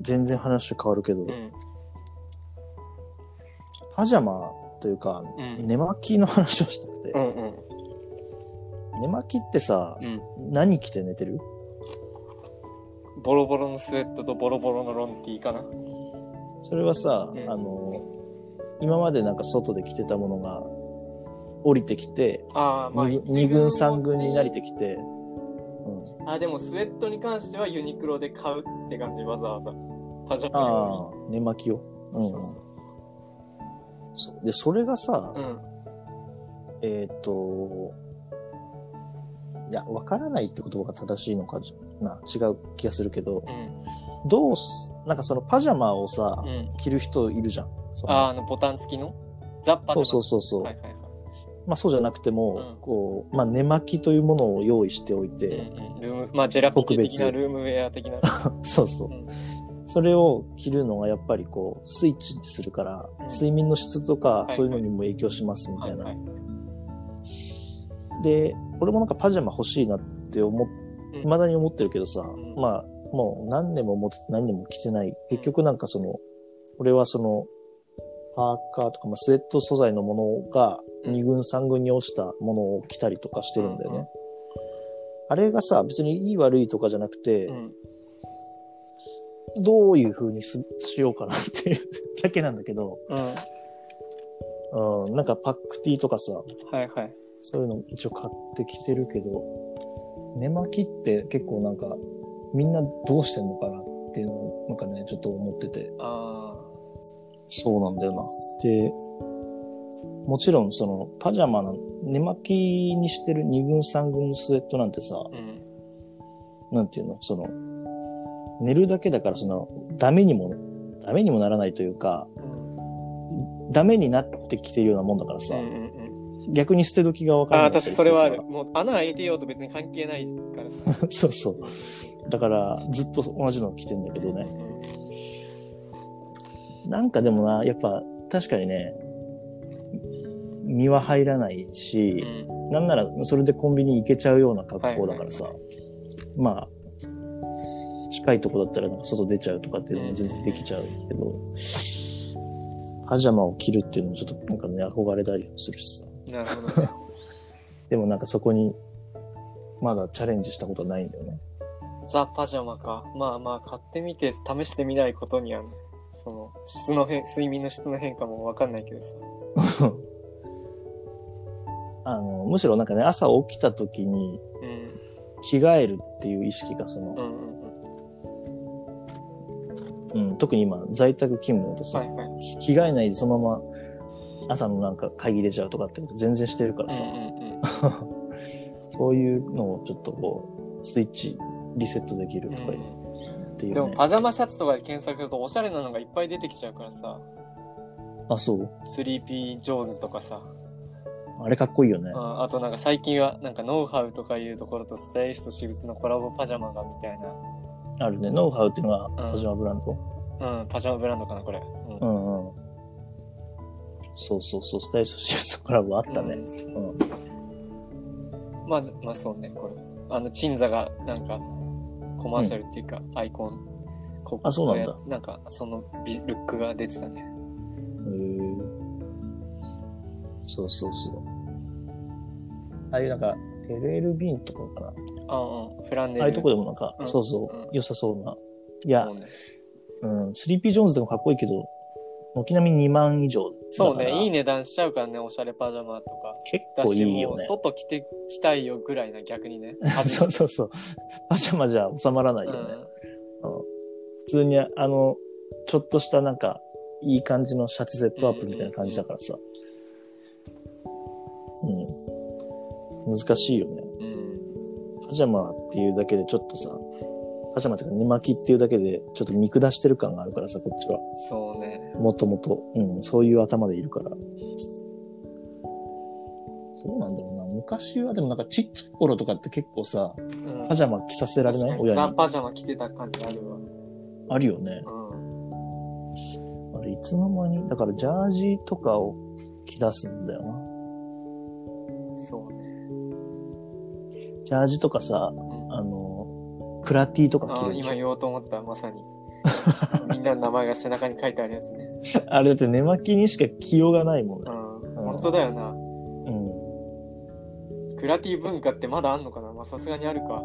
A: 全然話変わるけど、
B: うん。
A: パジャマというか、
B: うん。
A: 寝巻きの話をしたくて
B: う。んうん。
A: 寝巻きってさ、
B: うん。
A: 何着て寝てる
B: ボロボロのスウェットとボロボロのロンティーかな。
A: それはさ、
B: うん
A: あの、今までなんか外で着てたものが降りてきて、
B: ああ、まあ、
A: 二二軍三軍になりてきて、
B: あ、でもスウェットに関してはユニクロで買うって感じ、わざわざ。パジャマ
A: ああ、寝巻きを。
B: 用
A: う
B: に
A: ん
B: そううんそ
A: そうで、それがさ
B: う。、うん。
A: えっ、と、いや、わからないって言葉が正しいのかな、違う気がするけど、
B: うん。
A: どうす、なんかそのパジャマをさ
B: う、ん。
A: 着る人いるじゃん。その
B: あー、あの、ボタン付きのザッパと
A: そう
B: か。
A: そうそうそう。
B: はいはいはい。
A: まあそうじゃなくても、
B: うん
A: こう、まあ寝巻きというものを用意しておいて、
B: うんうん、ルームまあジェラピケ的な
A: 特別
B: ルームウェア的な。
A: そうそう。
B: うん
A: それを着るのがやっぱりこう、スイッチするから、
B: うん
A: 睡眠の質とか
B: い、はい
A: そういうのにも影響しますみた
B: はいい
A: な。
B: はい。
A: で、俺もなんかパジャマ欲しいなって思っ、 (laughs)
B: うん
A: 未だに思ってるけどさ、
B: ん
A: まあ、もう何年も持って、何年も着てない。結局なんかその、俺はその、パーカーとか、まあ、スウェット素材のものが
B: うん
A: 2軍3軍に落ちたものを着たりとかしてるんだよね。
B: うん
A: あれがさ、別にいい悪いとかじゃなくて、
B: うん
A: どういう風にすしようかなっていう (laughs) だけなんだけど、
B: うん。はい
A: うん、なんかパックティーとかさ、
B: はい。
A: そういうの一応買ってきてるけど、寝巻きって結構なんか、みんなどうしてんのかなっていうのを、なんかね、ちょっと思ってて。
B: あ
A: そうなんだよな。で、もちろんその、パジャマの、寝巻きにしてる2軍3軍のスウェットなんてさ、
B: あ、うん。
A: なんていうの、その、寝るだけだから、その、ダメにも、ダメにもならないというか、
B: うん
A: ダメになってきてるようなもんだからさ、
B: うんうんうん
A: 逆に捨て時が分から
B: あ
A: な
B: あ、
A: い。
B: 確かにそれはある。もう穴開いてようと別に関係ないから。
A: (laughs) そうそう。だから、ずっと同じの着てんだけど
B: う
A: ね。
B: ん
A: なんかでもな、やっぱ、確かにね、身は入らないし、なんならそれでコンビニ行けちゃうような格好だからさ、
B: はい
A: まあ、近いとこだったらなんか外出ちゃうとかっていうのも全然できちゃうけど、パジャマを着るっていうのもちょっとなんかね、憧れたりもするしさ。
B: うん。なるほどね。
A: でもなんかそこに、まだチャレンジしたことはないんだよね。
B: ザ・パジャマか。まあまあ、買ってみて試してみないことにはね、その、質の変、睡眠の質の変化もわかんないけどさ。
A: あの、むしろなんかね、朝起きた時に
B: うん。
A: 着替えるっていう意識がその
B: う、んうんうん。
A: うん、特に今在宅勤務だとさ、
B: はいはい。
A: 着替えないでそのまま朝のなんか会議入れちゃうとかってこと全然してるからさ、
B: うんうんうん。
A: そういうのをちょっとこう、スイッチリセットできるとかっていう
B: でも
A: ね。
B: パジャマシャツとかで検索するとおしゃれなのがいっぱい出てきちゃうからさ
A: あ、そう。
B: スリーピー・ジョーンズとかさ、
A: あれかっこいいよね。
B: ああとなんか最近はなんかノウハウとかいうところとスタイリスト私物のコラボパジャマがみたい
A: あるね。ノウハウっていうのが
B: うん
A: パジャマブランド。
B: な、うん、パジャマブランドかなこれ、うん
A: うんうん。そうそうそう、スタイリストシーズンコラボあったね。うん
B: まあまあそうねこれあの鎮座がなんかコマーシャルっていうか、アイコンこ
A: あそうなんだ
B: こやなんかそのビルックが出てたね
A: へーそうそうそう。ああいうなんか、LLB のとこか
B: あうんフランネ
A: な。あ
B: ル
A: あいうとこでもなんか、
B: うん
A: そうそう
B: うん、
A: 良さそうな。いや
B: も、うね
A: うん、スリーピー・ジョーンズでもかっこいいけど、軒並み2万以上だから。
B: そうね、いい値段しちゃうからね、おしゃれパジャマとか。
A: 結
B: だ
A: 構い
B: し、
A: い
B: も
A: よ
B: う
A: ね。
B: 外着てきたいよぐらいな、逆
A: (laughs)
B: にね。
A: そうそうそう。パジャマじゃ収まらないよね。普通に、あの、ちょっとしたなんか、いい感じのシャツセットアップみたいな感じだからさ。うん。難しいよね。
B: うん。うん。
A: パジャマっていうだけでちょっとさ、パジャマっていうか寝巻きっていうだけでちょっと見下してる感があるからさ、こっちは。
B: そうね。
A: もともと、うん、そういう頭でいるから。どうなんだろうな。昔はでもなんかちっちゃい頃とかって結構さ、
B: うん
A: パジャマ着させられない親
B: ザ
A: に。
B: パジャマ着てた感じあるわ。
A: あるよね。
B: うん。
A: あれ、いつの間に、だからジャージとかを着出すんだよな。
B: そうね。
A: ジャージとかさ、
B: ん
A: あの、クラティとか着
B: あ
A: るでし
B: 今
A: ょ。
B: 言おうと思った、まさ
A: (laughs)
B: に。みんなの名前が背中に書いてあるやつね。
A: (laughs) あれだって寝巻きにしか着ようがないもん
B: う
A: ね。
B: ん。本当だよな。
A: う
B: クラティ文化ってまだあんのかなまあさすがにあるか。
A: ん。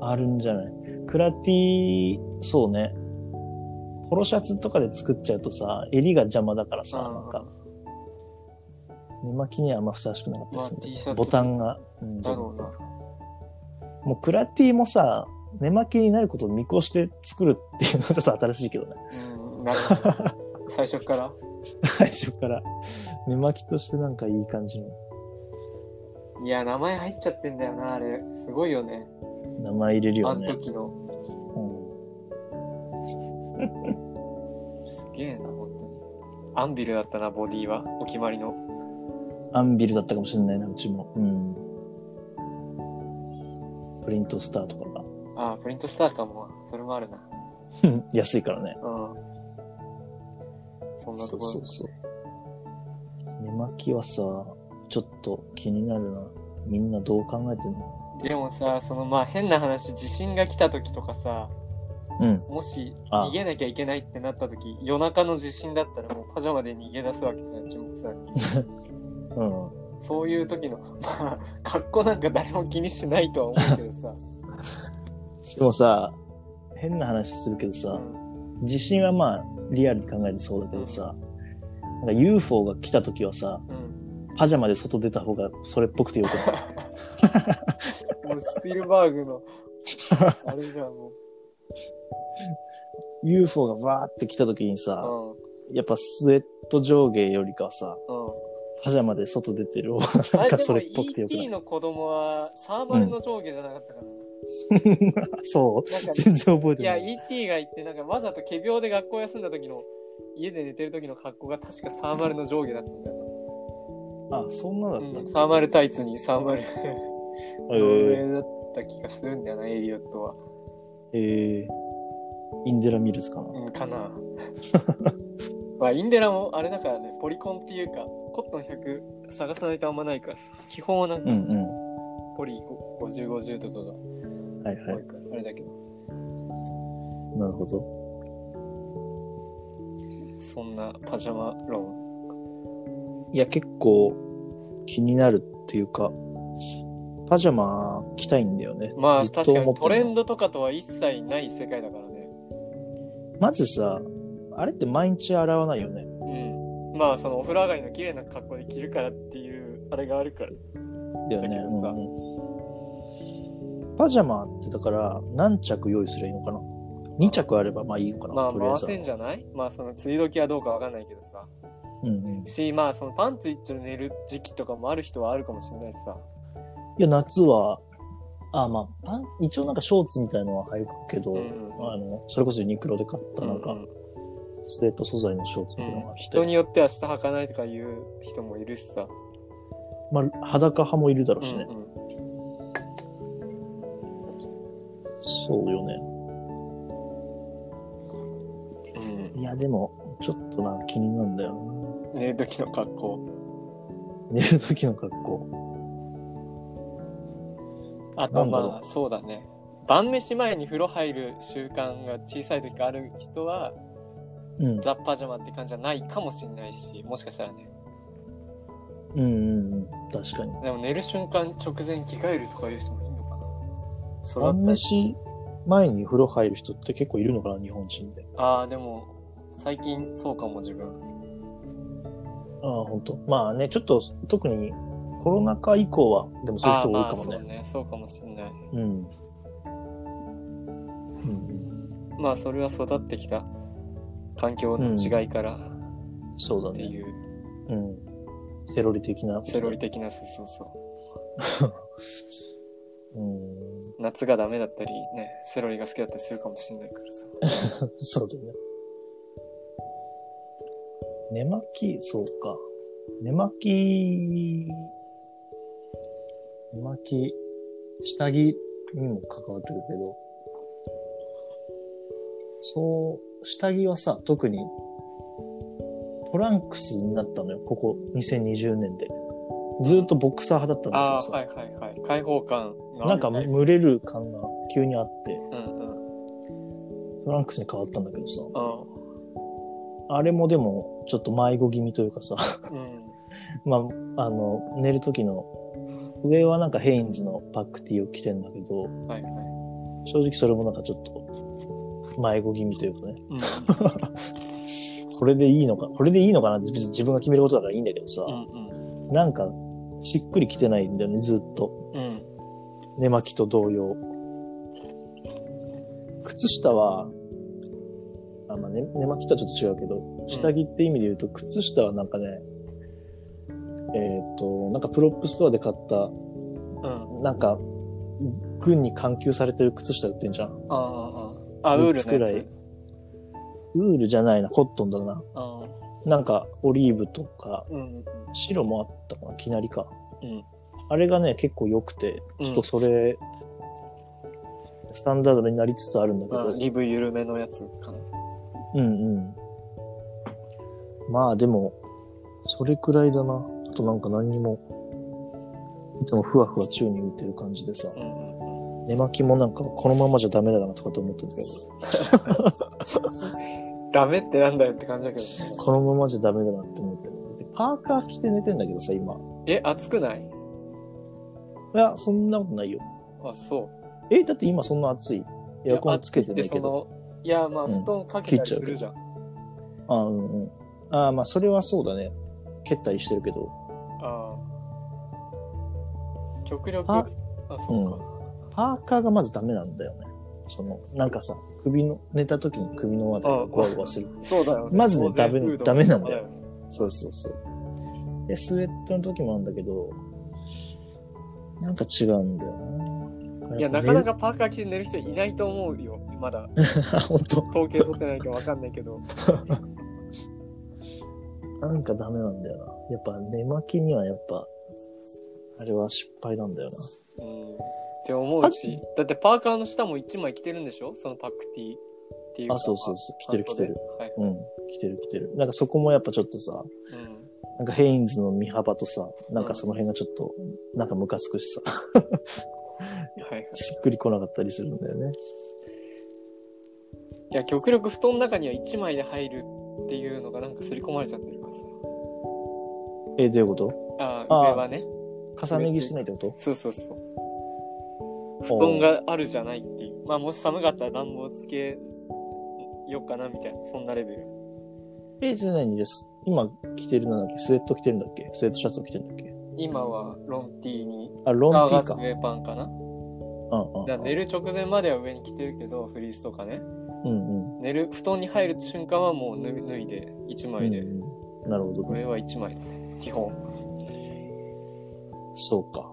A: あるんじゃないクラティ、そうね。ポロシャツとかで作っちゃうとさ、襟が邪魔だからさ、なんか、寝巻きにはあんまふさわしくなかった
B: ま
A: で
B: あ
A: すね。
B: T シャツ。
A: ボタンが。うん
B: だろうな。
A: もうクラティもさ、寝巻きになることを見越して作るっていうのはちょっと新しいけどね。 (laughs)
B: うん、なるほど。最初から。
A: 最初から。寝巻きとしてなんかいい感じの
B: いや、名前入っちゃってんだよな、あれ。すごいよね。
A: 名前入れる
B: あ
A: よ
B: の
A: ね。
B: 時の。
A: うん
B: すげえな、本当に。アンビルだったな、ボディは。お決まりの。
A: アンビルだったかもしれないな、うちも。うん。プリントスターとかが。
B: ああ、プリントスターかも。それもあるな。
A: うん (laughs) 安いからね。
B: うん。そんな
A: そ
B: と
A: う
B: ころ。
A: そうそう。寝巻きはさ、ちょっと気になるな。みんなどう考えてんの
B: でもさ、そのまあ変な話、地震が来た時とかさ、
A: うん。
B: もし
A: あ
B: 逃げなきゃいけないってなった時、夜中の地震だったらもうパジャマで逃げ出すわけじゃん、ちもさんに。
A: (laughs) うん。
B: そういう時の、まあ、格好なんか誰も気にしないとは思うけどさ。
A: でもさ、変な話するけどさ、地震はまあ、リアルに考えてそうだけどさ、なんか UFO が来た時はさ、
B: うん。
A: パジャマで外出た方がそれっぽくてよく (laughs) ない
B: もうスピルバー
A: (laughs)
B: グの、あれじゃん、も
A: ?UFO がバーって来た時にさ、
B: う。
A: やっぱスウェット上下よりかはさ、
B: うん。うん。
A: パジャマで外出てる方がなんかそれっぽくてよく
B: あ
A: な
B: れ
A: い
B: でも ET の子供はサーマルの上下じゃなかったかな。
A: そう
B: なんか
A: 全然覚え
B: い
A: てな
B: や、
A: い。
B: ET が行って、なんかわざと仮病で学校休んだ時の、家で寝てる時の格好が確かサーマルの上下だったんだよ
A: あ、そんなだった
B: な。
A: っ
B: うん、
A: け、
B: サーマルタイツにサーマル
A: え
B: 上だった気がするんだよな、エリオットは。
A: ー、えー、インデラミルズかな。
B: うん、
A: (laughs)
B: かな。まあ、インデラもあれだからね、ポリコンっていうか、コットン100探さないとあんまないからさ、基本はなん
A: う
B: か
A: んう
B: ポリ50、50とかが
A: ん。はいは
B: 多
A: い。
B: いから、あれだけど、
A: なるほど。
B: そんなパジャマ論。
A: いや、結構気になるっていうか、パジャマ着たいんだよね。
B: まあ、
A: ずっと
B: 確か
A: 思
B: に
A: って
B: ト
A: る
B: レンドとかとは一切ない世界だからね。
A: まずさ、あれって毎日洗わないよね。
B: うん。まあ、そのお風呂上がりの綺麗な格好で着るからっていう、あれがあるから。
A: だよね
B: だけどさ
A: うんうんパジャマってだから何着用意すればいいのかな2着あればまあいいのかな、
B: まあ、
A: とりあえ
B: 回
A: ずは
B: せんじゃないまあ、その、梅雨時はどうかわかんないけどさ。
A: うんうん、い
B: し、まあ、そのパンツ一丁で寝る時期とかもある人はあるかもしれないしさ。
A: や夏はあまあパン一応なんかショーツみたいのは履くけど、
B: うんうん
A: あのそれこそユニクロで買ったなん
B: う
A: か
B: んうん
A: スウェット素材のショーツみたいなのが来て、
B: 人によっては下履かないとか言う人もいるしさ、
A: まあ、裸派もいるだろうしね、
B: うん
A: そうよね
B: うん
A: いやでもちょっとな気になるんだよな
B: 寝る時の格好
A: 寝る時の格好
B: あ
A: な
B: と
A: んだろう
B: まあそうだね晩飯前に風呂入る習慣が小さい時からある人は
A: うん
B: ザ・パジャマって感じじゃないかもしれないしもしかしたらね
A: うんうんうん確かに
B: でも寝る瞬間直前着替えるとかいう人もいるのかなそうだ
A: 晩
B: ったり
A: 飯前に風呂入る人って結構いるのかな日本人で
B: ああでも最近そうかも自分。
A: ああ、本当。まあね、ちょっと、特にコロナ禍以降は、でもそういう人多い
B: あ
A: かも
B: ーまあそう
A: ね。
B: ね。そうかもしんない。
A: うん。うん、
B: まあそれは育ってきた環境の違いからっ
A: そうだ
B: て
A: ね。
B: いう、
A: うん。セロリ的な。
B: セロリ的なそうそうそう
A: うん。
B: 夏がダメだったりねセロリが好きだったりするかもしんないからさ
A: そうだね。寝巻き、そうか。寝巻き、寝巻き、下着にも関わってくるけど、そう、下着はさ、特にトランクスになったのよ、ここ2020年で。ずっとボクサー派だったんだ
B: あ
A: け
B: あ
A: どさ、
B: はいはいはい開放感が
A: なんか
B: うん
A: 蒸れる感が急にあって、
B: うん
A: トランクスに変わったんだけどさ、
B: う
A: あれもでも、ちょっと迷子気味というかさ、 (laughs)
B: んうん
A: まあ、あの、寝る時の、上はなんかヘインズのパックティーを着てんだけど、
B: はいはい
A: 正直それもなんかちょっと、迷子気味というかね、
B: うん
A: これでいいのか、これでいいのかなって別に自分が決めることだからいいんだけどさ、
B: うん
A: なんか、しっくりきてないんだよね、ずっと。
B: うんうん
A: 寝巻きと同様。靴下は、あまあ、ね、寝巻きとはちょっと違うけど、下着って意味で言うと、靴下はなんかね、えっ、と、なんかプロップストアで買った
B: うん
A: なんか、軍に監給されてる靴下売ってんじゃん。
B: あああああウールのやつ
A: 三つくらいウールじゃないな、コットンだな。
B: ああ
A: なんか、オリーブとか、
B: うん
A: 白もあったかな、きなりか。
B: うん
A: あれがね、結構良くて、
B: うん
A: ちょっとそれ、スタンダードになりつつあるんだけ
B: あ
A: ど、
B: リブ緩めのやつかな
A: うんうん。まあでも、それくらいだな。あとなんか何にも、いつもふわふわ宙に浮いてる感じでさ、
B: うんうん
A: 寝巻きもなんかこのままじゃダメだなとかと思ってんだけど、
B: ダメってなんだよって感じだけど
A: このままじゃダメだなって思ってる。でパーカー着て寝てんだけどさ、今。
B: ねえ暑くない
A: いや、そんなことないよ。
B: あそう
A: え、だって今そんな暑い。エアコンつけてないけど。
B: ど。いや、まあ、
A: うん
B: 布団かけたりするじゃん。
A: あ、うんうん。あまあ、それはそうだね。蹴ったりしてるけど。
B: あー極力、
A: あ
B: あ、そうか。
A: パーカーがまずダメなんだよね。その、なんかさ、首の、寝た時に首のあたりがゴワゴワする。
B: そうだよね。
A: まずね
B: 当然
A: ダメ
B: フード
A: ダメなんだよ
B: ね。
A: そうそうそう。で、スウェットの時もあるんだけど、なんか違うんだよな。
B: いや、なかなかパーカー着て寝る人いないと思うよ。まだ、
A: か。 (laughs) 本当
B: 統計取ってないけどわかんないけど。
A: なんかダメなんだよな。やっぱ寝巻きにはやっぱ、あれは失敗なんだよな。
B: うん。って思うし。だって、パーカーの下も一枚着てるんでしょそのパックティーっていうか。
A: あそうそうそう着てる
B: 半袖
A: 着て。
B: はい。
A: うん。着てる着てる。なんかそこもやっぱちょっとさ、
B: うん。
A: なんかヘインズの身幅とさ、なんかその辺がちょっと、なんかムカつくしさ、 (laughs)
B: はいはい。
A: しっくり来なかったりするんだよね。
B: いや、極力布団の中には一枚で入るっていうのがなんか刷り込まれちゃってるからさ。
A: え、どういうこと
B: あ
A: あ
B: あ、
A: ー
B: 上はね。
A: 重ね着してないってこと
B: そうそうそう。布団があるじゃないっていう。まあもし寒かったら暖房つけようかなみたいな、そんなレベル。
A: え、じゃないんです。今着てるのなんだっけスウェット着てるんだっけスウェットシャツを着てるんだっけ
B: 今はロンティーに、
A: あ、ロンティ
B: 革
A: ー
B: が
A: か。
B: スウェーパンかな。だ
A: う
B: か
A: んうん
B: ら寝る直前までは上に着てるけど、フリースとかね。
A: うんうん。
B: 寝る、布団に入る瞬間はもう脱い脱いで、1枚で。
A: うんうんなるほどね。
B: 上は1枚だね。基本。
A: そうか。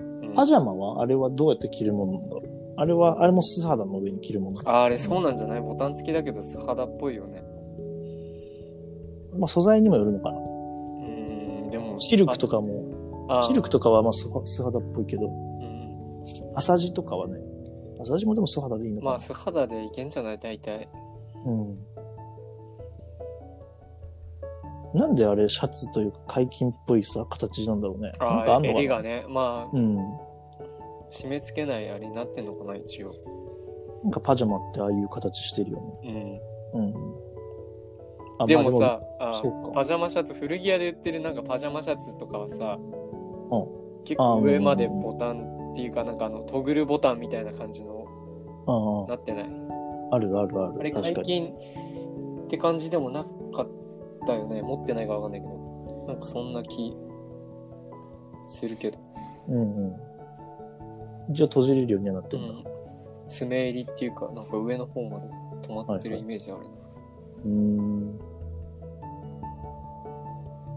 B: うん
A: パジャマはあれはどうやって着るものなんだろうあれは、あれも素肌の上に着るもの。
B: ああれそうなんじゃないボタン付きだけど素肌っぽいよね。
A: まあ素材にもよるのかな。
B: うーん、でも。
A: シルクとかも
B: あ、
A: シルク
B: と
A: とかはまあ素素肌っぽいけど、
B: うん。
A: 浅地とかはね、浅地もでも素肌でいいのかな。
B: まあ素肌でいけんじゃない大体。
A: うん。なんであれシャツというか解禁っぽいさ、形なんだろうね。なんか
B: あ
A: あんの
B: あ、
A: か
B: 襟
A: な
B: がね。まあ、
A: うん。
B: 締め付けないあれになってんのかな一応
A: なんかパジャマってああいう形してるよね。
B: うん
A: うん。あ
B: でも、
A: まあ
B: さあ
A: そうか
B: パジャマシャツ古着屋で売ってるなんかパジャマシャツとかはさ、
A: う
B: 結構上までボタンっていうかなんかあのトグルボタンみたいな感じの
A: でもあ
B: なってない
A: ああるあるある。
B: あれ
A: 確
B: 解
A: かに。
B: 禁って感じでもなかったよね。持ってないからわかんないけど。なんかそんな気するけど。
A: うんうん。じゃあ閉じれるようにはなってるんだ。
B: 爪襟っていうか、なんか上の方まで止まってるイメージあるな。
A: うーん。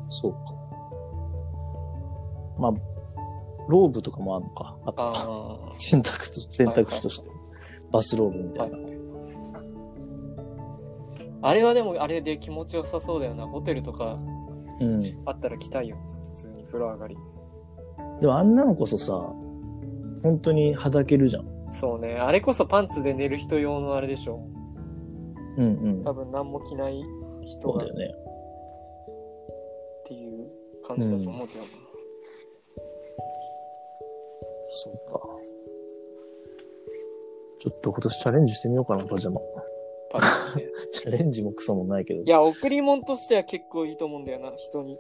A: そうか。まあ、ローブとかもあるのか。あ
B: あ
A: 選択と、選択肢として。バスローブみ
B: あ、
A: た
B: はいい
A: な。
B: はい。あれはでもあれで気持ちよさそうだよな。ホテルとか
A: うん。
B: あったら着たいよ。普通に風呂上がり。
A: でもあんなのこそさ、本当にはだけるじゃん。
B: そうね。あれこそパンツで寝る人用のあれでしょ。
A: うんうん。
B: 多分何も着ない人
A: そう
B: が
A: だ
B: っ
A: よね。
B: ていう感じだと思うけどな。
A: そうか。ちょっと今年チャレンジしてみようかな、パジャマ。
B: パンツで。
A: (laughs) チャレンジもクソもないけど。
B: いや、贈り物としては結構いいと思うんだよな。人に。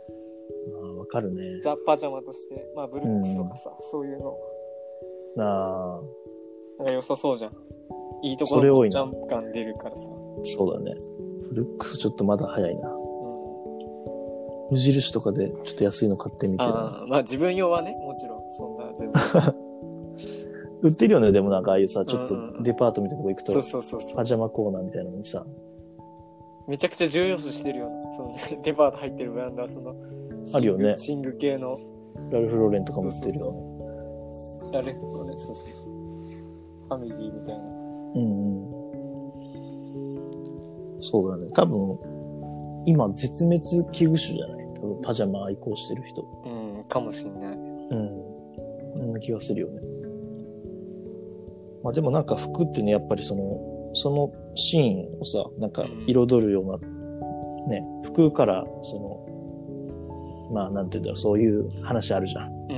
A: あーわかるね。
B: ザ・パジャマとして。まあ、ブルックスとかさ、そういうの。
A: ああ、
B: なんか良さそうじゃん。いいとこ
A: それ多
B: ろ
A: い
B: ジ
A: な
B: ャンプ感出るからさ。
A: そうだね。フルックスちょっとまだ早いな。
B: うん。
A: 無印とかでちょっと安いの買ってみて。
B: ああ、まあ自分用はね、もちろん。そん
A: (laughs)
B: な全部。
A: 売ってるよね、でもなんかああいうさ、ちょっ
B: うんうんう
A: と
B: ん
A: デパートみたいなとこ行く
B: そう
A: と、
B: そうそうそう
A: パ。ジャマコーナーみたいなのにさ、
B: めちゃくちゃ重要視してるよな。その (laughs) デパート入ってるブランドはその、
A: あるよね
B: 寝具系の
A: ラルフ・ローレンとかも売ってる
B: そう
A: よ
B: そ
A: ね。
B: ラレットね、そうそうそう。ファミリーみたいな。
A: うんうん。そうだね。多分、今、絶滅危惧種じゃない多分、パジャマ愛好してる人。
B: うん、かもしんない。
A: うん。そんな気がするよね。まあでもなんか服ってね、やっぱりその、そのシーンをさ、なんか彩るような、ね、服から、その、まあなんて言うんだろう、そういう話あるじゃん。
B: うんうんう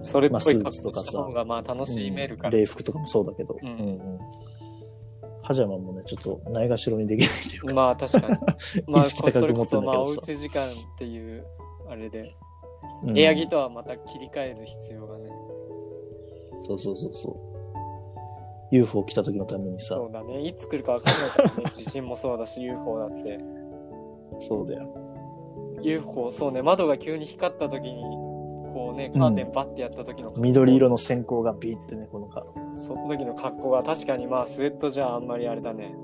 B: ん。それっぽ
A: まあ
B: い
A: スー
B: 格好
A: ツとかさ
B: した方がまあ楽しめるから。
A: 礼服とかもそうだけど。
B: うん
A: んパジャマもね、ちょっとないがしろにできないというか。
B: まあ確かに。ま
A: (laughs)
B: あ
A: 意識高く
B: それ
A: 持
B: こ
A: って
B: そ
A: んだ
B: ま
A: けど
B: あお
A: さ
B: うち時間っていうあれで、
A: うん
B: 部屋着とはまた切り替える必要がね。
A: そうそうそうそう。UFO 来た時のためにさ、
B: そうだね。いつ来るかわかんないからね。地震もそうだし UFO だって。
A: そうだよ。
B: UFO、そうね。窓が急に光った時に、こうね、カーテンバッてやった時の、
A: 緑色の閃光がビーってね、このか、
B: その時の格好が確かにまあスウェットじゃあんまりあれだね。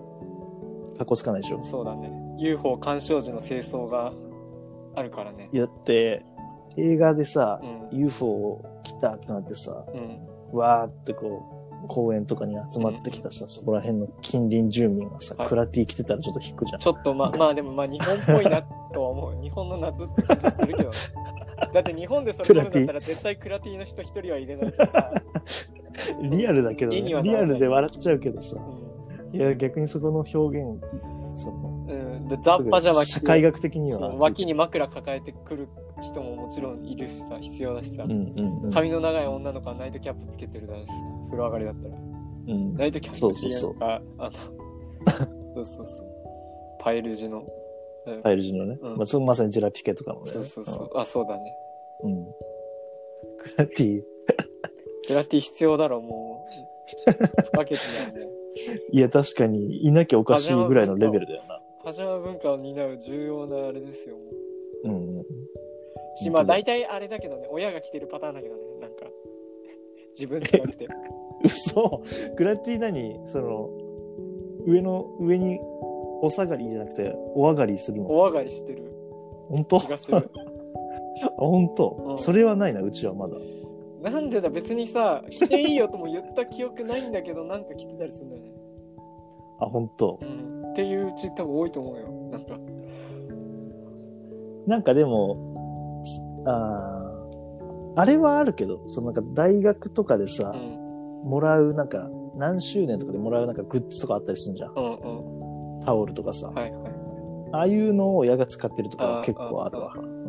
A: かっこつかないでしょ。
B: そうだね。UFO 鑑賞時の清掃があるからね。
A: いやだって、映画でさ
B: う、ん。
A: UFO を来たってなってさ、
B: うん。
A: わーってこう、公園とかに集まってきたさ、そこら辺の近隣住民がさ、
B: はい
A: クラティ着てたらちょっと引くじゃん。
B: ちょっとまあ、まあでもまあ日本っぽいなとは思う。 (laughs) 日本の夏って感じはするけどね。だって日本でそれ撮るんだったら絶対クラティの人一人は入れないとさ。
A: リアルだけどね、
B: 絵にはな
A: リ
B: らな
A: ア
B: い
A: ルで笑っちゃうけどさ、
B: う
A: いや、逆にそこの表現、その、
B: ん。うん。でザ・パジャマ着
A: 社
B: て
A: 会学的に
B: そ
A: は
B: う。脇に枕抱えてくる人ももちろんいるしさ、必要だしさ
A: う。んうんうん。
B: 髪の長い女の子はナイトキャップつけてるだろうしさ、風呂上がりだったら。
A: うん
B: ナイトキャッ
A: そう
B: プ
A: そうそう
B: っていうのか、あの、そうそうそう。パエルジの。うん
A: パイルジのね。
B: うん
A: まあ、そのまさにジェラピケとかもね。
B: そうそうそう。あ、そうだね。
A: うん。うん。クラティ、
B: ジェラティ必要だろ、もう。不可欠なんで。
A: いや、確かにいなきゃおかしいぐらいのレベルだよな。
B: パジャマ文化を担う重要なあれですよ。もう
A: うんうん。
B: しまあ大体あれだけどね、親が着てるパターンだけどね、なんか。自分じゃなくて。
A: 嘘グラティ何その上の上にお下がりじゃなくてお上がりするの
B: お上がりしてる
A: 本当
B: 気
A: (laughs)
B: がする。
A: あ本当、
B: うん
A: それはないなうちはまだ
B: なんでだ、別にさ、着ていいよとも言った記憶ないんだけど、なんか着てたりするんだよね。
A: あ本当
B: うん。っていううち多分多いと思うよ。なんか。
A: なんかでもあーあれはあるけどそのなんか大学とかでさ
B: う、ん。
A: もらうなんか何周年とかでもらうなんかグッズとかあったりするじゃん
B: うんうん。
A: タオルとかさ、
B: はいはい。
A: ああいうのを親が使ってるとかは
B: あ
A: 結構あるわうん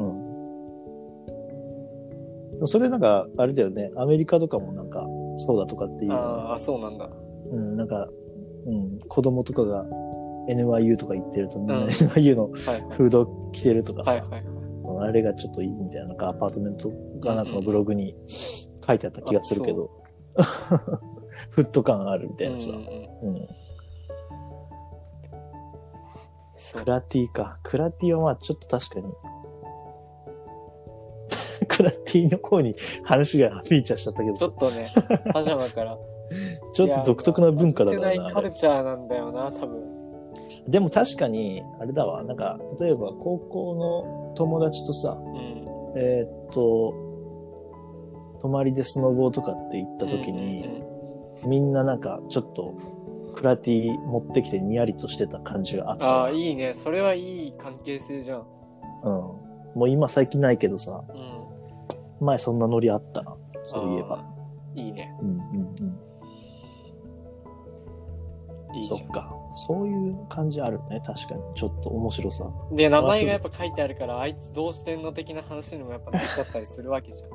A: でもそれなんかあれだよねアメリカとかもなんかそうだとかっていう
B: あ
A: のは
B: ああ、そうなんだ。
A: うん、なんか、うん、子供とかが NYU とか行ってると、み (laughs) んな
B: うん
A: NYU の
B: はいはい。
A: フード着てるとかさ、
B: はいはいはい。
A: あれがちょっといいみたいな、なんかアパートメントがなんかのブログに書いてあった気がするけど、 (laughs) フット感あるみたいなさ、
B: うんうんうん
A: うん
B: そう
A: クラティか。クラティはまあちょっと確かに。 (laughs) クラティの方に話がフィーチャーしちゃったけ
B: ち
A: ど
B: ょっ、と
A: (laughs)
B: ね、パジャマから。
A: ちょっと独特な文化だ
B: い
A: か
B: やまあ
A: ら
B: 外せ
A: な
B: ない
A: あれ
B: カル。チャーなんだよな、多分。
A: でも確かに、あれだわ。なんか、例えば高校の友達とさ、
B: うん。
A: えーっと、泊まりでスノボーとかって行った時
B: うん
A: に、
B: うんうん
A: みんななんかちょっとクラティ持ってきてニヤリとしてた感じがあった
B: あ
A: わ。
B: あ、いいね。それはいい関係性じゃん。
A: うん。もう今最近ないけどさ、
B: うん。
A: 前そんなノリあったな。そういえば。
B: あー。いいね。
A: うんうんうん。
B: いいじ
A: そっか。そういう感じあるね。確かに。ちょっと面白さ。
B: ゃん。で、名前がやっぱ書いてあるから、あいつどうしてんの的な話にもやっぱなっちゃったりするわけじゃん。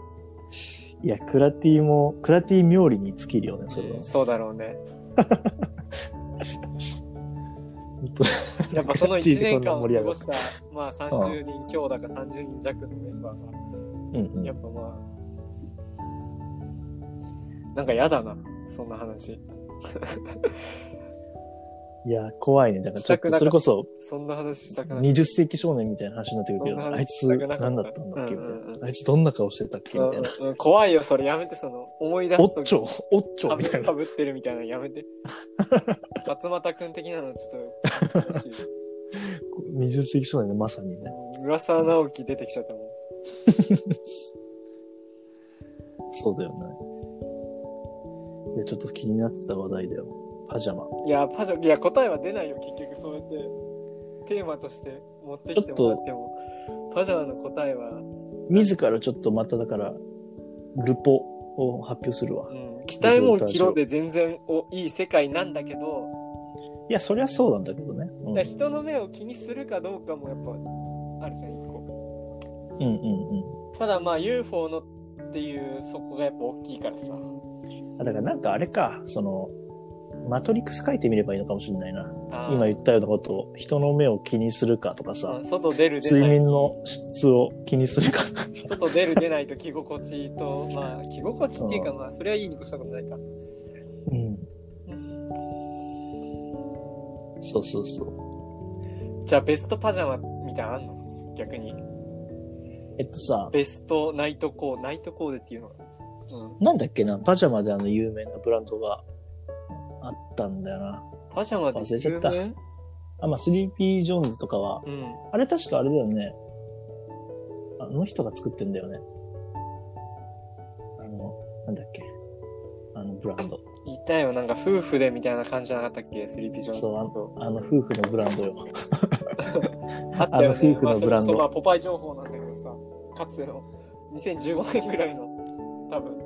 A: いや、クラティも、クラティ冥利に尽きるよ (laughs) ね、それは。
B: うんそうだろうね。
A: 本当
B: (laughs) やっぱその
A: クラ
B: 1
A: ティ
B: 年
A: でこん
B: 間を
A: な盛り上
B: 過
A: が
B: ご
A: る (laughs)
B: した、まあ30人強だか30人弱のメンバーが、
A: うん
B: や
A: う
B: っぱまあ、なんか嫌だな、そんな話。
A: ん。いや、怖いね。だからちょっ
B: したく
A: と、
B: なかった
A: それこそ、
B: そんな話したくない。
A: 20世紀少年みたいな話になってくるけ
B: そんな
A: ど、
B: 話
A: あいつ
B: したくなかった
A: 何だったんだっけみたい
B: うんうんう
A: な。あいつどんな顔してたっけみたいな。
B: うんうん怖いよ、それやめて、その、思い出
A: お
B: す
A: っ
B: と
A: ちょ、おっちょ
B: か
A: み
B: ぶ
A: たい
B: か
A: な。
B: ぶってるみたいなのや
A: (laughs)
B: めて。勝俣くん的なのちょっと、欲しい
A: 20世紀少年のまさにね。
B: 浦沢直樹出てきちゃったもん。
A: そうだよね。いや、ちょっと気になってた話題だよ。パジャマ。
B: いや、パジャいや、答えは出ないよ、結局、そうやって、テーマとして持ってきてもらっても、パジャマの答えは、
A: 自らちょっとまただから、ルポを発表するわ。
B: うん、着たいもん着ろで全然おいい世界なんだけど、
A: いや、そりゃそうなんだけどね。うん
B: だから人の目を気にするかどうかもやっぱ、あるじゃん、一個。
A: うんうん
B: ただ、まあ、UFO のっていう、そこがやっぱ大きいからさ。
A: うん。あだからなんかあれか、その、マトリックス書いてみればいいのかもしれないな。
B: あー
A: 今言ったようなことを、人の目を気にするかとか
B: う
A: さ
B: ん、外出る出
A: 睡
B: ない
A: 眠の質を気にす
B: (laughs)
A: るかとかさ。
B: 外出る出ないと着心地とまあ着心地っていうかまあそれはいいに越したことないか
A: うん。そうそうそう。
B: じゃあベストパジャマみたいなのあんの逆に
A: えっとさ、
B: ベストナイトコーナイトコーデっていうのがうん
A: なんだっけな、パジャマであの有名なブランドがあったんだよな。
B: パジャマって
A: 忘れちゃった
B: 有名
A: あ、まあ、スリーピー・ジョーンズとかは、
B: うん
A: あれ確かあれだよね。あの人が作ってんだよね。あの、なんだっけ。あのブランド。
B: 言ったよなんか夫婦でみたいな感じじゃなかったっけスリーピージョーンズ
A: そう
B: の
A: あの夫婦のブランドよ。
B: あっ
A: あ
B: たよ
A: の夫
B: ね
A: 婦
B: まあ
A: の
B: そ
A: ブ
B: れ
A: ラ
B: こ
A: ンド
B: そまあポパイ情報なんだけどさかつての2015年ぐらいの多分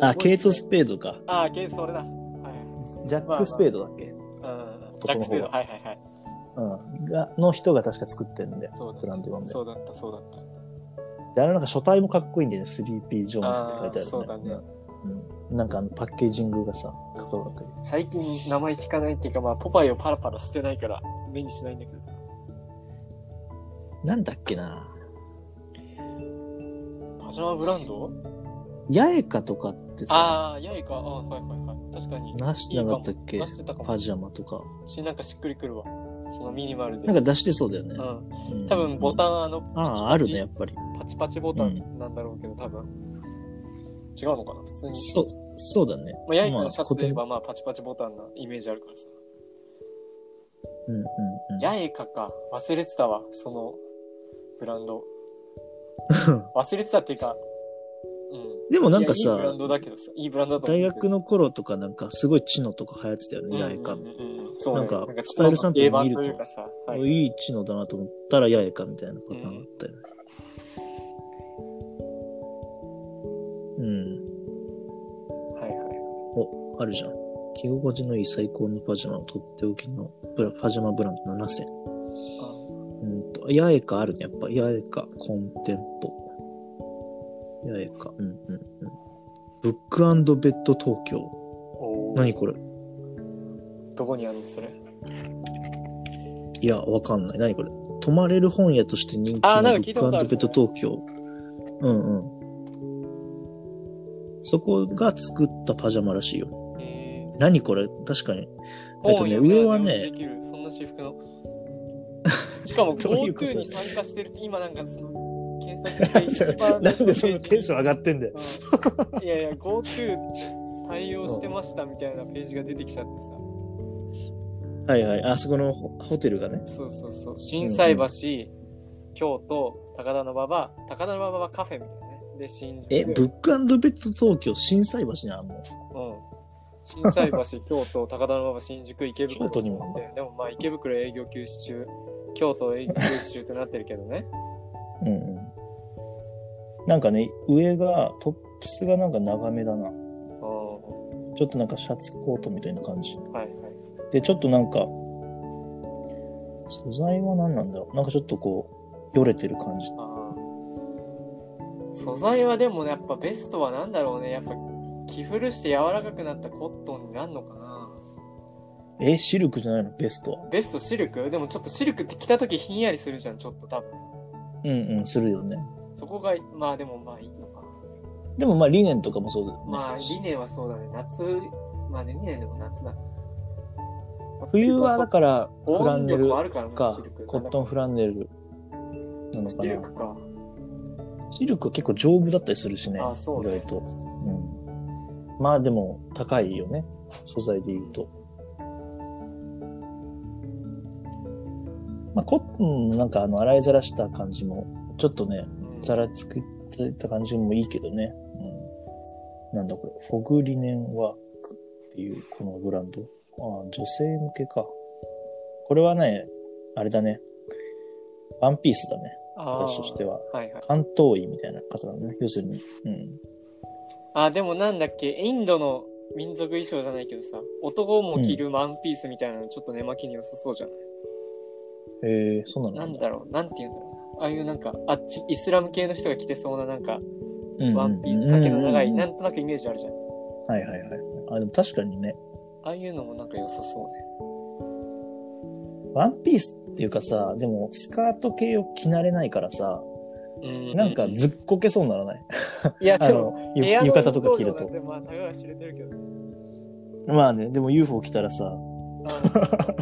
A: あ、ケイト・スペードか。
B: ああケイトそれだはい
A: ジャック・スペードだっけ、
B: うんジャック・スペード、
A: 男の方が
B: はいはいはい。
A: うん。が、の人が確か作ってるんだよ。
B: そうだ
A: ブランドなんだよ。
B: そうだった、そうだった。
A: で、あれなんか書体もかっこいいんだよね。スリーピー・ジョーンズって書いてある、ね。
B: あーそうだね
A: うん。うん。なんかあのパッケージングがさ、かっこよかったり。
B: 最近名前聞かないっていうか、まあ、ポパイをパラパラしてないから、目にしないんだけどさ。
A: なんだっけな
B: パジャマブランド
A: 八重かとかってさ、
B: ああ、やいか。ああ、はいはいはい。確かに。
A: なしなかったっけ
B: いいかも出してたかも
A: パ。ジャマとか。
B: しなんかしっくりくるわ。そのミニマルで。
A: なんか出してそうだよね。
B: うん。
A: うん
B: 多分ボタン、あの、
A: ああ、あるね、やっぱり。
B: パチパチボタンなんだろうけど、多分。違うのかな普通に。
A: そう、そうだね。
B: まあ、やいかのシャ
A: まあ
B: ツで言えば、まあ、パチパチボタンなイメージあるからさ。
A: うんうんうん。
B: ヤエカか。忘れてたわ、そのブラ
A: (laughs)
B: ンド。忘れてたっていうか、うん。
A: でもなんか
B: いやいいブラ
A: さ
B: ン、ドだけどさ、いいブランドだと
A: 大
B: 思う
A: 学の頃とかなんかすごい知能とか流行ってたよね、八重
B: けど
A: か。
B: うんうんうんうんそうね、
A: なんかスタイルサンプル見ると
B: 定番いうかさ、はい
A: い、い知能だなと思ったら八重かみたいなパターンあったよね。うん、
B: はいはい。
A: お、あるじゃん。着心地のいい最高のパジャマをとっておきのブラパジャマブランド7選。うんと、八重かあるね。やっぱ八重か、コンテンポ。八重か、うんうんうん。ブックベッド東京。
B: おー
A: 何これ
B: どこにあるのそれ。
A: いや、わかんない。何これ泊まれる本屋として人気
B: あ
A: のブ
B: ーなんか聞
A: ッ
B: いたことある
A: クベッド東京。うんうん。そこが作ったパジャマらしいよ。
B: えー、
A: 何これ確かに。えっと
B: 本を
A: ね、
B: 読みな
A: 上
B: が
A: は
B: ら領
A: ね
B: 収で、きる、そんな
A: (laughs)
B: 私服の。しかも
A: どういうこと
B: GoTo に参加してるって、今なんかその、検索して一
A: な
B: 番
A: んで (laughs) そのテンション上がってんだよ。
B: うんいやいや、GoTo 対応してましたみたいなページが出てきちゃってさ。
A: はいはい。あそこのホホテルがね。
B: そうそうそう。心斎橋、京都、高田馬場、高田馬場はカフェみたいなね。で、新宿。
A: え、ブックベッド東京、心斎橋にあんの
B: うん。心斎
A: (laughs)
B: 橋、京都、高田馬場、新宿、池袋。
A: 京都にもあんだ
B: ででもまあ、池袋営業休止中、京都営業休止中ってなってるけどね。
A: うんうん。なんかね、上が、トップスがなんか長めだな。
B: うん。は
A: ちょっとなんかシャツコートみたいな感じ。
B: いはい。
A: で、ちょっとなんか、素材は何なんだろう。なんかちょっとこう、よれてる感じ。
B: あー素材はでもやっぱベストはなんだろうね。やっぱ着古して柔らかくなったコットンになるのかな。
A: え、シルクじゃないのベストは。
B: ベストシルクでもちょっとシルクって着た時ひんやりするじゃん、ちょっと多分。
A: うんうん、するよね。
B: そこが、まあでもまあいいのかな。
A: でもまあ理念とかもそうだよね。
B: まあ理念はそうだね。夏、まあね、理念でも夏だ。
A: 冬はだから、フランネル
B: もあるからね
A: か
B: シル、ク
A: コットンフランネルなのか
B: シル
A: な。
B: クか。
A: シルクは結構丈夫だったりするしね。
B: あそうね
A: 意外と。うん。まあでも、高いよね。素材で言うと。まあ、コットンのなんかあの、洗いざらした感じも、ちょっとね、
B: うん
A: ざらつくってた感じもいいけどね。うん。なんだこれ、フォグリネンワークっていうこのブランド。ああ、女性向けか。これはね、あれだね。ワンピースだね。
B: あー
A: 私としては。
B: はいはい。
A: 関東医みたいな方なのね。要するに。うん。
B: あ、でもなんだっけ、インドの民族衣装じゃないけどさ、男も着るワンピースみたいなのちょっと寝巻きに良さそうじゃない、
A: へえそうなの
B: なんだろう、なんて言うんだろう。ああいうなんか、あっち、イスラム系の人が着てそうななんか、ワンピース、丈の長い、
A: な
B: なんとなくイメージあるじゃん。
A: はいはいはい。あ、でも確かにね、
B: ああいうのもなんか良さそうね。
A: ワンピースっていうかさ、でもスカート系を着慣れないからさ、
B: うん
A: なんかずっこけそうにならない。
B: いや、
A: あ
B: でも、
A: の、ゆ浴衣とか着ると。
B: まあ、たかが知れてるけどね。
A: まあね、でも UFO 着たらさ、
B: あ
A: (laughs)
B: の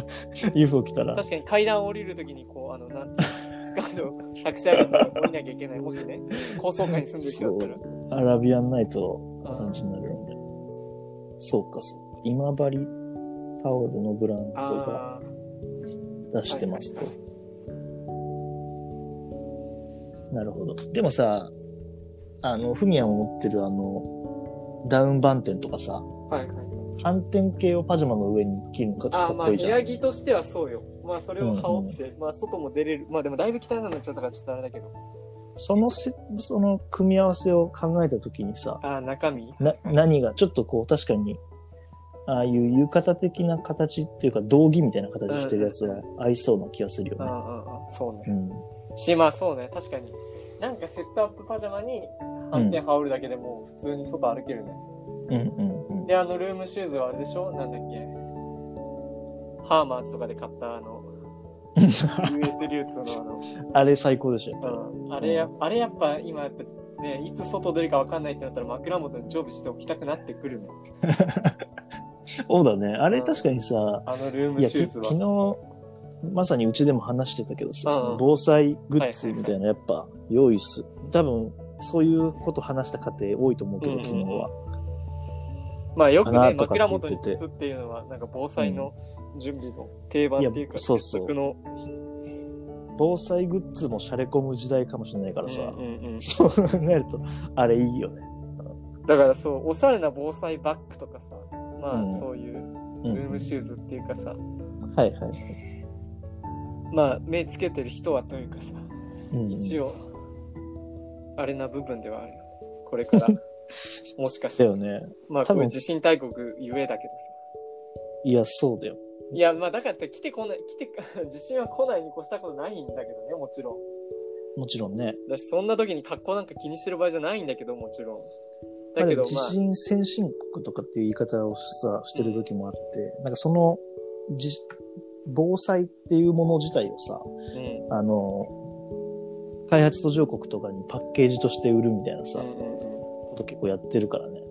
A: UFO 着たら、
B: 確かに階段を降りるときに、こう、あの、なんてスカートを作者が降りなきゃいけない。もしね、高層階に住んでる人だった
A: アラビアンナイト
B: ら。
A: の
B: うん
A: 感じになるよね。そうか、そうか。今治タオルのブランドが
B: あー
A: 出してますと。なるほど。でもさ、あの、フミヤも持ってるあの、ダウンバンテンとかさ、
B: はいはい。
A: 反転系をパジャマの上に着るのか
B: あ
A: か
B: ー
A: っこ
B: まあ、
A: いい
B: 部
A: じゃん。
B: 屋着としてはそうよ。まあ、それを羽織って、まあ、外も出れる。まあ、でも、だいぶ汚いのになっちゃったから、ちょっとあれだけど。
A: そのせ、その組み合わせを考えたときにさ、
B: ああ、中身
A: な、何が、ちょっとこう、確かに、ああいう浴衣的な形っていうか、道着みたいな形してるやつは合いそうな気がするよ
B: うんう
A: ね。
B: んうん。そう
A: う
B: ね。
A: ん。
B: し、まあ、そうね。確かに。なんか、セットアップパジャマに、反転羽織るだけでも、普通に外歩けるね。
A: うんうんうん。
B: で、あの、ルームシューズはあれでしょなんだっけハーマーズとかで買った、
A: (laughs)
B: あの、US 流通の
A: あれ最高でしょ、やっ
B: あ
A: ぱり。
B: の、うん、あれや、あれやっぱ今やっぱね、いつ外出るかわかんないってなったら枕元に常備しておきたくなってくるの。
A: そうだね。あ
B: う
A: れ
B: ん
A: 確かにさ、
B: あのルーム
A: いや、
B: シュ
A: き
B: ーズは
A: 昨。日、まさにうちでも話してたけどさ、
B: うん
A: その防災グッズみたいな、やっぱ、用意す。多分、そういうこと話した家庭多いと思うけ
B: うん
A: ど、
B: うん
A: 昨日は。
B: まあよ
A: か
B: くね、
A: なとかって
B: 枕
A: 言って
B: 元
A: て
B: に靴っていうのは、なんか防災の準備の定番っていう
A: い
B: か、
A: やそうそう
B: 鉄則の、
A: 防災グッズもシャレ込む時代かもしれないからさ、
B: うんうんうん
A: そう考えると、あれいいよね。
B: だからそう、おしゃれな防災バッグとかさ、ま
A: うん
B: あそういう
A: う
B: ル
A: ん
B: ームシューズっていうかさ、
A: はいはい。
B: まあ目つけてる人はというかさ、
A: うん
B: 一応、あれな部分ではあるよ。これ
A: (laughs)
B: から。もしかし
A: だ
B: て。
A: よね。
B: まあ、
A: 多
B: こ
A: 分
B: れ地震大国ゆえだけどさ。
A: いや、そうだよ。
B: いや、まあ、だからって来てこない、来て、 (laughs) 地震は来ないに越したことないんだけどね、もちろん。
A: もちろんね。
B: だし、そんな時に格好なんか気にしてる場合じゃないんだけど、もちろん。
A: ま
B: だ
A: あで
B: け
A: も
B: ど、ま
A: 地震先進国とかっていう言い方をさ、してる時もあって、なんかその、じ防災っていうもの自体をさ、
B: あ、うん
A: あの、開発途上国とかにパッケージとして売るみたいなさ、
B: うんうんうん。
A: こと結構やってるからね。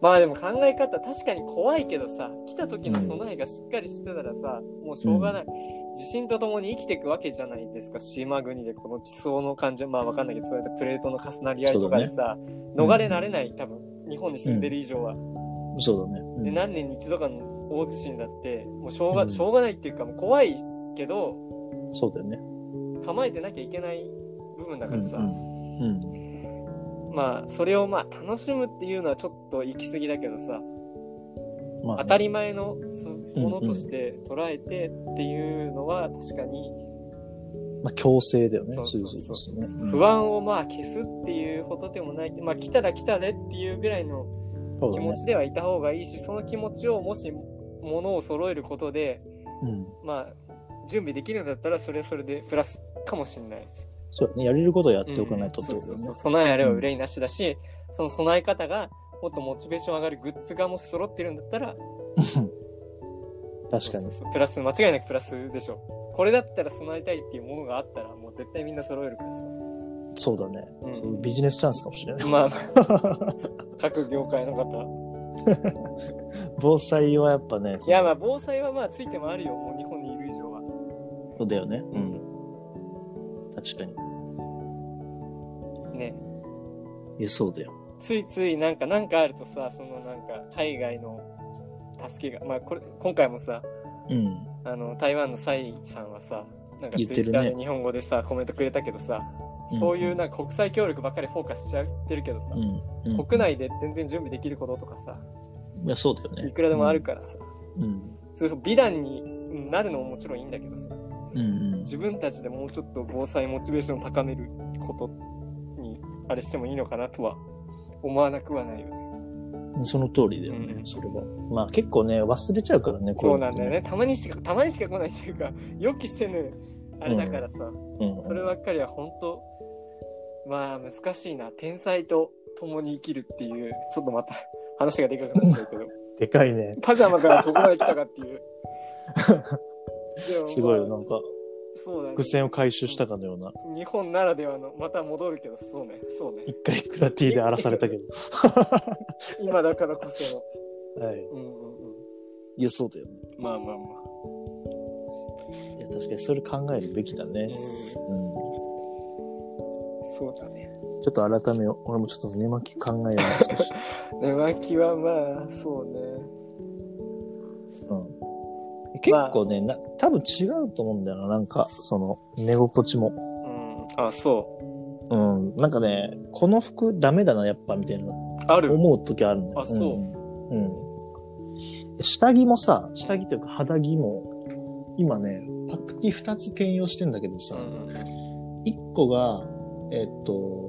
B: まあでも考え方確かに怖いけどさ来た時の備えがしっかりしてたらさ、もうしょうがない、地震とともに生きていくわけじゃないですか島国でこの地層の感じまあわかんないけどそうやってプレートの重なり合いとかでさ、
A: そうだね
B: 逃れられない多分日本に住んでる以上は、
A: そうだね。うん
B: で何年に一度かの大地震だってもうしょうが、
A: うん
B: しょうがないっていうかもう怖いけど
A: そうだよね。
B: 構えてなきゃいけない部分だからさ、
A: うんうんうん
B: まあそれをまあ楽しむっていうのはちょっと行き過ぎだけどさ
A: まあね
B: 当たり前のそものとして捉えてっていうのは確かに
A: まあ、強制だよね。
B: そうそうそう
A: そういうことですね。
B: 不安をまあ消すっていうほどでもないまあ来たら来たねっていうぐらいの
A: そう
B: 気
A: だ
B: 持
A: ね。
B: ちではいた方がいいしその気持ちをもしものを揃えることで
A: うん。
B: まあ準備できるんだったらそれはそれでプラスかもしれない。
A: そうだね。やれることをやっておかないと
B: うん
A: って
B: そう
A: ことだ
B: そう
A: よね
B: そう。備えあれば憂いなしだし、その備え方がもっとモチベーション上がるグッズがもし揃ってるんだったら
A: 確か
B: そう
A: に。
B: そうそうプラス間違いなくプラスでしょこれだったら備えたいっていうものがあったらもう絶対みんな揃えるからさ
A: そうだね。
B: うん
A: そうビジネスチャンスかもしれない。 (laughs)
B: まあ各業界の方
A: 防災はやっぱね、
B: いやまあ防災はまあついてもあるよもう日本にいる以上は
A: そうだよね。うん。確かに。
B: ね
A: いや、そうだよ。
B: ついついなんかなんかあるとさそのなんか海外の助けがまあこれ今回もさ
A: うん。
B: あの台湾の蔡さんはさなんかツイ
A: 言ってる
B: ッ
A: ね
B: ターで日本語でさ、コメントくれたけどさそういうなんか国際協力ばっかりフォーカスしちゃってるけどさ、
A: うん。うん
B: 国内で全然準備できることとかさ
A: いや、そうだよね。
B: いくらでもあるからさ、
A: うん。
B: そうそう美談になるのももちろんいいんだけどさ
A: うん。うんうん。
B: 自分たちでもうちょっと防災モチベーションを高めることにあれしてもいいのかなとは思わなくはないよね
A: その通りだよね、
B: うんうん
A: それは。まあ結構ね、忘れちゃうからね、こ
B: そう
A: いう
B: う
A: の
B: なんだよ。ねたまにしかたまにしか来ないっていうか予期せぬあれだからさ、
A: うん、
B: そればっかりは本当まあ難しいな天才と共に生きるっていうちょっとまた話がでかくなっちゃう
A: (laughs)
B: けど
A: でかいね。
B: パジャマからここまで来た
A: (laughs)
B: かっていうでも
A: すごいよ、
B: ま
A: な
B: あ
A: んか、
B: そうだね
A: 伏線を回収したかのような。
B: 日本ならではのまた戻るけどそうねそうね
A: (laughs) 一回クラティで荒らされたけど。 (laughs)
B: 今だからこそ
A: はい。
B: の、うんうんうん、
A: いや、そうだよね。
B: まあまあまあ、
A: いや、確かにそれ考えるべきだね。
B: そ
A: うん。
B: うだね
A: ちょっと改めよう。俺もちょっと寝巻き考えよう少 (laughs) し。
B: 寝巻きはまあそうね
A: うん。結構ね、な、多分違うと思うんだよな。なんか、その、寝心地も。
B: うんあそう
A: うん。なんかね、この服ダメだな、やっぱ、みたいな。
B: (laughs) ある
A: 思う時あるのよ。
B: あそう
A: うん。うん。下着もさ、下着というか肌着も、今ね、パッキ2つ兼用してんだけどさ、
B: うん
A: 一1個が、えっと、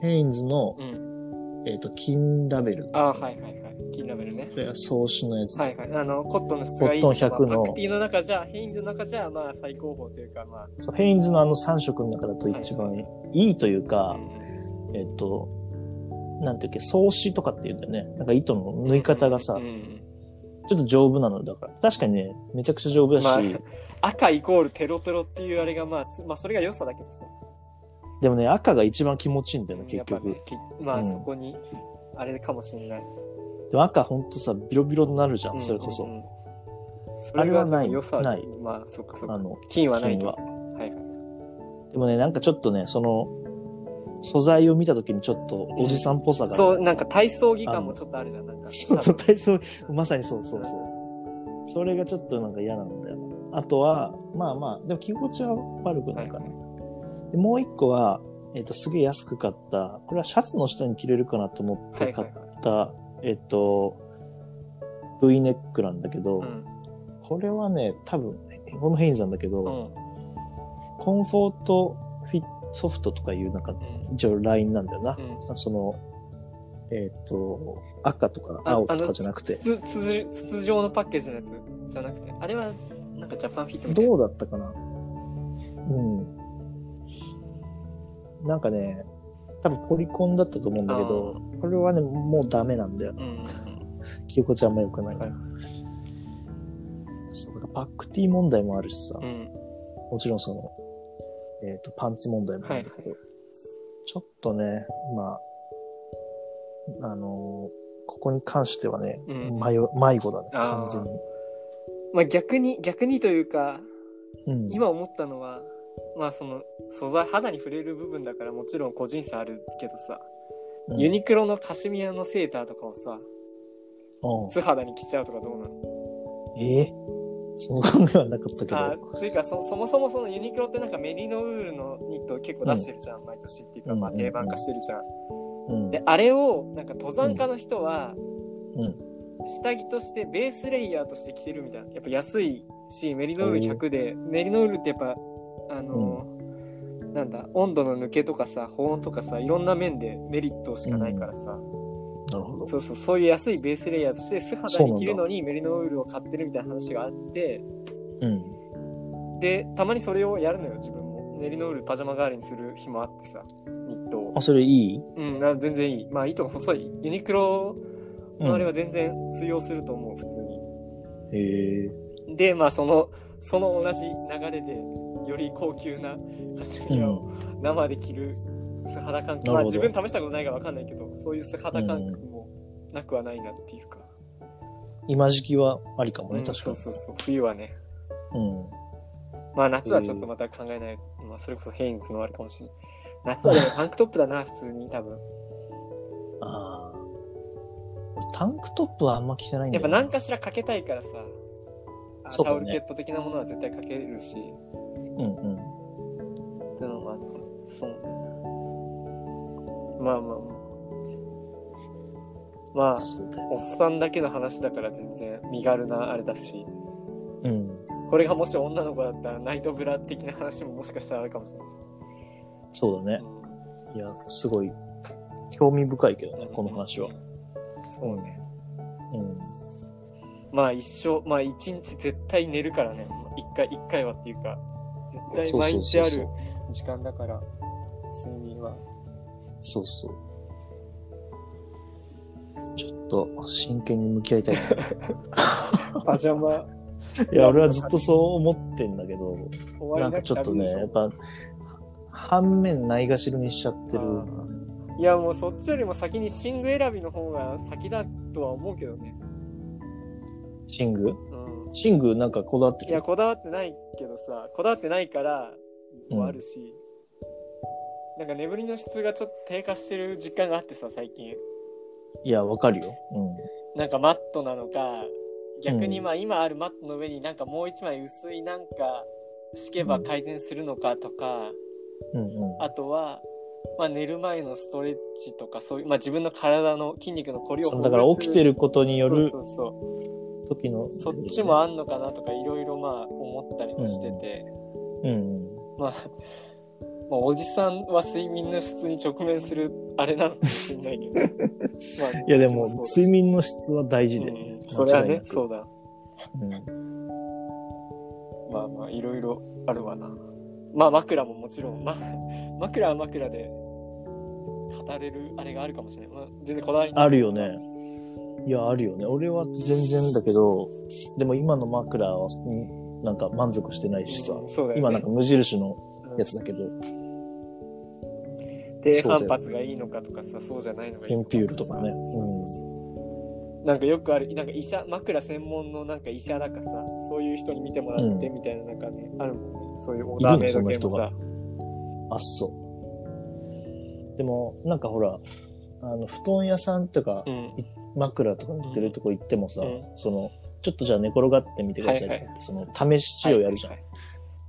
A: ヘインズの、
B: うん
A: えっと、金ラベル。
B: あはいはいはい金ラベルね
A: これは創始のやつ。
B: はいはいあのコットンの質がいい
A: コットン100
B: まあ
A: の
B: パクティの中じゃヘインズの中じゃまあ最高峰というかま
A: そうヘインズのあの3色の中だと一番いいというか、
B: あ、うん
A: えっと、なんていうっけ、創始とかっていうんだよね。なんか糸の縫い方がさ、
B: うん
A: ちょっと丈夫なのだから。確かにね、めちゃくちゃ丈夫だし、
B: まあ、赤イコールテロテロっていうあれがまあつまあそれが良さだけどさ
A: でもね、赤が一番気持ちいいんだよね、
B: や
A: 結
B: っぱ
A: 局。
B: ねきま
A: う
B: あ
A: ん
B: そこにあれかもしれない
A: でも赤ほんとさ、ビロビロになるじゃん、
B: うん
A: それこそ。
B: うんうんそ
A: あれはない
B: 良さ
A: ない
B: まあそっかそっ
A: あ
B: か
A: の、
B: 金はないと
A: 金は
B: はいはい
A: でもね、なんかちょっとね、その、素材を見た時にちょっとおじさんっぽさが、
B: そう、なんか体操着感もちょっとあるじゃん。なんか
A: そうそう、体操、まさにそう
B: そ
A: そうそう。それがちょっとなんか嫌なんだよな。あとは、まあまあ、でも着心地は悪くないかな。でもう一個は、えっ、と、すげえ安く買った、これはシャツの下に着れるかなと思っ
B: はい
A: て買
B: はい
A: っ
B: はい。
A: た、えっ、と、V ネックなんだけど、
B: うん。
A: これはね、多分、このヘインズなんだけど、
B: うん。
A: コンフォートフィットソフトとかいう、なんか、一応ラインなんだよな
B: う。ん。
A: その、えっ、と、赤とか青とかじゃなくて、
B: 筒、筒、筒状のパッケージのやつじゃなくて。あれは、なんかジャパンフィットみたいな。
A: どうだったかなうん。なんかね、多分ポリコンだったと思うんだけど、これはね、もうダメなんだよ。
B: うん。
A: 記憶ちゃんあんま良くない。
B: はい
A: そうだからパックティー問題もあるしさ、
B: うん。
A: もちろんその、えっ、と、パンツ問題もあるんだけど、ちょっとね、まあ、あのーここに関してはね、
B: うん
A: 迷迷子だね、
B: あー
A: 完全に。
B: まあ逆に逆にというか
A: うん、
B: 今思ったのはまあその素材肌に触れる部分だからもちろん個人差あるけどさ、
A: うん、
B: ユニクロのカシミヤのセーターとかをさ
A: うん
B: 素肌に着ちゃうとかどうなの
A: ええその考えはなかったけ
B: あ
A: ど。
B: というかそそもそもそのユニクロってなんかメリノウールのニットを結構出してるじゃん、毎年っていうかまあ
A: うんうんうん
B: 定番化してるじゃん、
A: うん。
B: であれをなんか登山家の人は
A: うん。
B: 下着としてベースレイヤーとして着てるみたいなやっぱ安いしメリノウール100で、メリノウールってやっぱあのーなんだ温度の抜けとかさ保温とかさいろんな面でメリットしかないからさ、
A: なるほど。
B: そうそうそういう安いベースレイヤーとして素肌に着るのにメリノウールを買ってるみたいな話があって
A: うん。
B: でたまにそれをやるのよ自分もメリノウールパジャマ代わりにする日もあってさニットを
A: あ、それいい
B: うんな全然いいまあ糸が細いユニクロ
A: うん
B: のあれは全然通用すると思う普通に
A: へえ
B: でまあそのその同じ流れでより高級なカシミヤを生で着る素肌感覚、
A: な
B: まあ
A: るほ
B: 自
A: ど
B: 分試したことないから分かんないけどそういう素肌感覚もなくはないなっていうか、
A: 今時期はありかも
B: う
A: ね、
B: ん
A: 確か
B: そう
A: に。
B: そうそう冬はね
A: うん。
B: まあ夏はちょっとまた考えない、まあ、それこそヘインズのあれかもしれない夏はでもタンクトップだな普通に多分
A: ああ。俺タンクトップはあんま着てないんだ
B: やっ
A: よ
B: ぱ
A: な
B: 何かしらかけたいからさあ
A: そうだ
B: タ
A: ね
B: オルケット的なものは絶対かけるし
A: うんうん。
B: っていうのもあってそうねまあまあまあまあ
A: そうだよ
B: おっさんだけの話だから全然身軽なあれだし
A: うん。
B: これがもし女の子だったらナイトブラ的な話ももしかしたらあるかもしれないですね
A: そうだね。いや、すごい、興味深いけどね、この話は。
B: そうね
A: うん。
B: まあ一生まあ一日絶対寝るからね一回一回はっていうか絶対毎日ある
A: そうそうそう
B: 時間だから睡眠は
A: そうそう。ちょっと、真剣に向き合い (laughs) たいな。
B: パジャマ
A: いや、俺はずっとそう思ってんだけど、
B: 終わ
A: な
B: り
A: んか
B: な
A: ちょ
B: く
A: っとね、やっぱ、
B: 旅
A: 反面ないがしろにしちゃってる。
B: あいやもうそっちよりも先に寝具選びの方が先だとは思うけどね
A: シング
B: うん
A: シングなんかこだわって
B: い
A: る
B: やこだわってないけどさこだわってないからもあるし、なんか眠りの質がちょっと低下してる実感があってさ最近
A: いや、わかるよ。うん。
B: なんかマットなのか逆に
A: うん
B: まあ今あるマットの上になんかもう一枚薄いなんか敷けば改善するのかとか、
A: うんうん。
B: あとは、まあ、寝る前のストレッチとかそういう、まあ、自分の体の筋肉のこりを
A: そのだから起きて
B: る
A: ることによる
B: そうそうそう
A: 時の。
B: そっちもあんのかなとかいろいろまあ思ったりもしてて、
A: うん。
B: まあ、まあおじさんは睡眠の質に直面するあれなのかもしれないけどまあ
A: (laughs) いや、でも、
B: 睡
A: 睡眠の質は大事で。
B: 眠それは
A: 間違い
B: ね
A: なく
B: そうだ
A: うん。
B: まあまあいろいろあるわなまあ枕ももちろん、まあ、枕は枕で語れるあれがあるかもしれない、まあ、全然こだわりない
A: あるよね。いや、あるよね。俺は全然だけど、でも今の枕になんか満足してないしさ。
B: うんそうだよね
A: 今なんか無印の
B: うん
A: やつだけど、
B: 低反発がいいのかとかさそうじゃないのがいい
A: ペ
B: の
A: ン
B: か
A: ピュールとかね。
B: そうそうそうなんかよくあるなんか医者枕専門のなんか医者だかさそういう人に見てもらってみたいななんかね、あるもんねそういうオーダーメイド系もさ
A: うん。あっそう。でも、なんかほら、あの、布団屋さんとか
B: う、ん
A: 枕とか売ってるとこ行ってもさ、
B: うん
A: その、ちょっとじゃあ寝転がってみてくださいとかって、その、試しをやるじゃん。
B: はいはい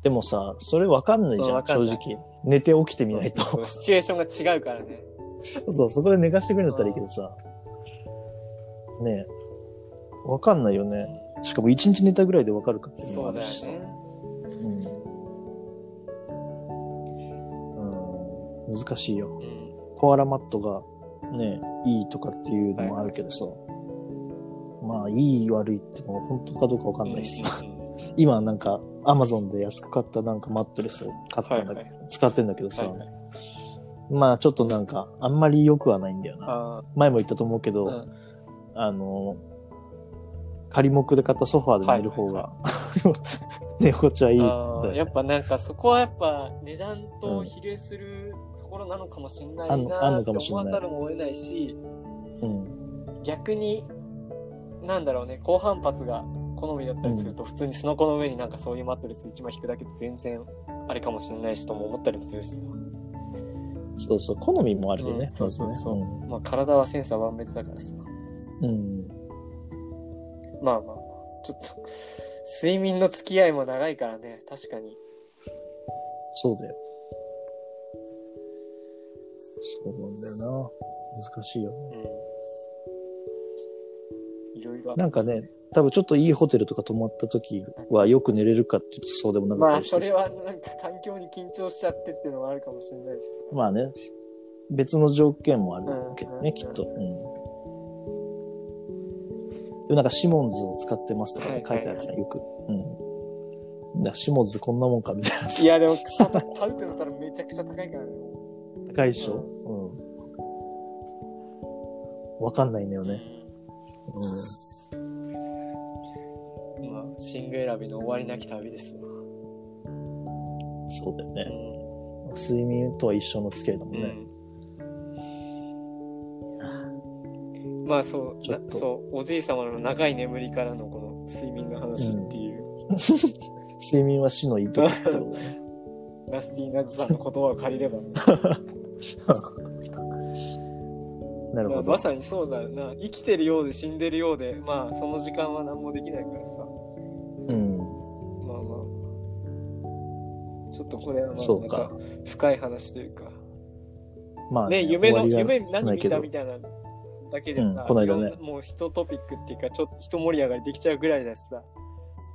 A: でもさ、それわかんないじ
B: うん
A: ゃ
B: わ
A: ん、
B: かん
A: 正
B: ない
A: 直。寝て起きてみないと。
B: そうそうシチュエーションが違うからね
A: そう、そこで寝かしてくれるんだったらいいけどさ。ねえ。わかんないよね。しかも一日寝たぐらいでわかるかっていうのも
B: そ
A: あ
B: うだ
A: る
B: よ
A: しさ。
B: ね
A: うん。うん。難しいよ。
B: うん
A: コアラマットがね、いいとかっていうのもあるけどさ。まあ、いい悪いっても本当かどうかわかんないしさ。
B: うんうん
A: 今なんか、アマゾンで安く買ったなんかマットレスを買ったんだ、
B: はいは
A: 使ってんだけどさ、
B: はいはい
A: まあちょっとなんか、あんまり良くはないんだよな。
B: あ
A: 前も言ったと思うけ
B: ー
A: ど、
B: うん
A: あの、仮木で買ったソファーで寝る方が、
B: は
A: (laughs) 寝心地はいいんだ
B: あー
A: よ。
B: やっぱなんかそこはやっぱ値段と比例するところなのかもしれな
A: う
B: い
A: んあんのあんの
B: なって
A: かもし
B: 思
A: れな
B: わ
A: い
B: ざるも得ないし
A: うん。
B: 逆になんだろうね高反発が好みだったりすると、普通にスノコの上になんかそういうマットレス1枚引くだけで全然あれかもしれないしとも思ったりもするしさ、
A: そうそう、好みもあるよね。
B: うんそうそうそう
A: まずね
B: まあ、体はセンサー万別だからさ
A: うんうん。
B: まあまあまあちょっと睡眠の付き合いも長いからね確かに
A: そうだよ。そうなんだよな。難しいよね。
B: うんいろいろあ
A: なんかね、多分ちょっといいホテルとか泊まった時はよく寝れるかって言うとそうでもなかった
B: まあ
A: りして
B: それ
A: さ。
B: はなんか環境に緊張しちゃってっていうのもあるかもしれないしさ
A: まあね、別の条件もあるけど
B: うんうんう
A: ね、
B: ん
A: きっと。うん。でもなんかシモンズを使ってますとかって書いてあるじゃん、よく。うん。だからシモンズこんなもんかみたい
B: (laughs)
A: ない
B: やでも草と買うってなったらめちゃくちゃ高いからね
A: 高いっしょ、うん、わかんないんだよね。う
B: まあ寝具選びの終わりなき旅ですわ
A: ん、そうだよ
B: う
A: ね。
B: ん
A: 睡眠とは一緒の付き合いだもんね。
B: うんまあそう
A: ちょ
B: な
A: っと
B: そうおじい様の長い眠りからのこの睡眠の話っていう、
A: 睡眠は死のいいとこってことだ
B: (laughs)
A: ね。
B: ラスティーナズさんの言葉を借り
A: (laughs)
B: れば、
A: なる
B: まあ
A: ほ
B: ま
A: ど。
B: さにそうだよな生きてるようで死んでるようでまあその時間は何もできないからさまあ
A: うん。
B: まあちょっとこれはま
A: そ
B: あ
A: う
B: なん
A: か
B: か深い話というか
A: まあ
B: ね夢の
A: 終わりが
B: 夢何
A: ない
B: 見
A: け
B: た
A: ど
B: みたいなだけでさ、
A: うんこの間ね
B: いろんもう一トピックっていうかちょっと一盛り上がりできちゃうぐらいだしさ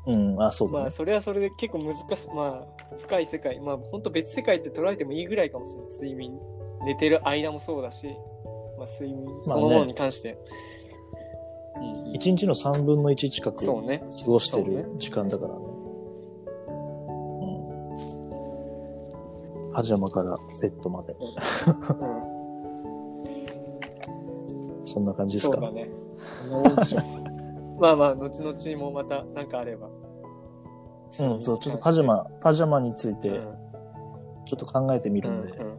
A: うん、あ、そうだ
B: まあ
A: ね。
B: それはそれで結構難しいまあ深い世界まあ本当別世界って捉えてもいいぐらいかもしれない睡眠寝てる間もそうだし、まあ、睡眠そのものに関して、うん
A: 一、日の3分の1近く
B: そう
A: 過 (laughs)
B: ね
A: ごして
B: そうね
A: る時間だからね。うん。パジャマからベッドまで。
B: うん
A: そんな感じです
B: そう
A: か。 (laughs)
B: だねそんなもんでしょまあまあ後々もまた何かあれば
A: うん、そう、ちょっとパジャマ、パジャマについて
B: うん
A: ちょっと考えてみ
B: う
A: るん
B: ん
A: で、
B: うん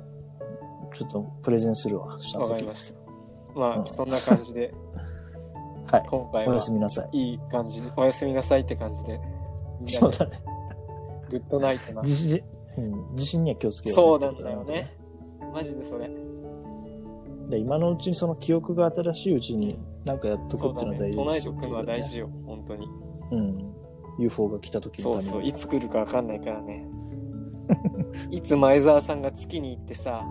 A: ちょっとプレゼンするわ、した
B: わか
A: 時
B: りました。まあ、
A: うん
B: そんな感じで、 (laughs)
A: はい。
B: 今回
A: お
B: は
A: やすみなさい。
B: いい感じで、おやすみなさいって感じで、みん
A: そ
B: な
A: う
B: で
A: だね。
B: グッドナイ
A: (laughs)
B: トな。
A: 地震、うん、地震には気をつけよう
B: そうなんだよね。。マジでそれ。
A: で今のうちにその記憶が新しいうちに何かやっとく
B: そ
A: っ
B: う
A: て
B: だ
A: いうのは
B: ね。
A: 大事で
B: 唱え
A: す
B: と
A: よ
B: くのは大事よ、本当に。
A: うん。UFO が来た時の
B: そ
A: た
B: う
A: め
B: そう、
A: に。
B: いつ来るかわかんないからね。 (laughs) いつ前澤さんが月に行っ
A: (laughs)
B: てさ、ま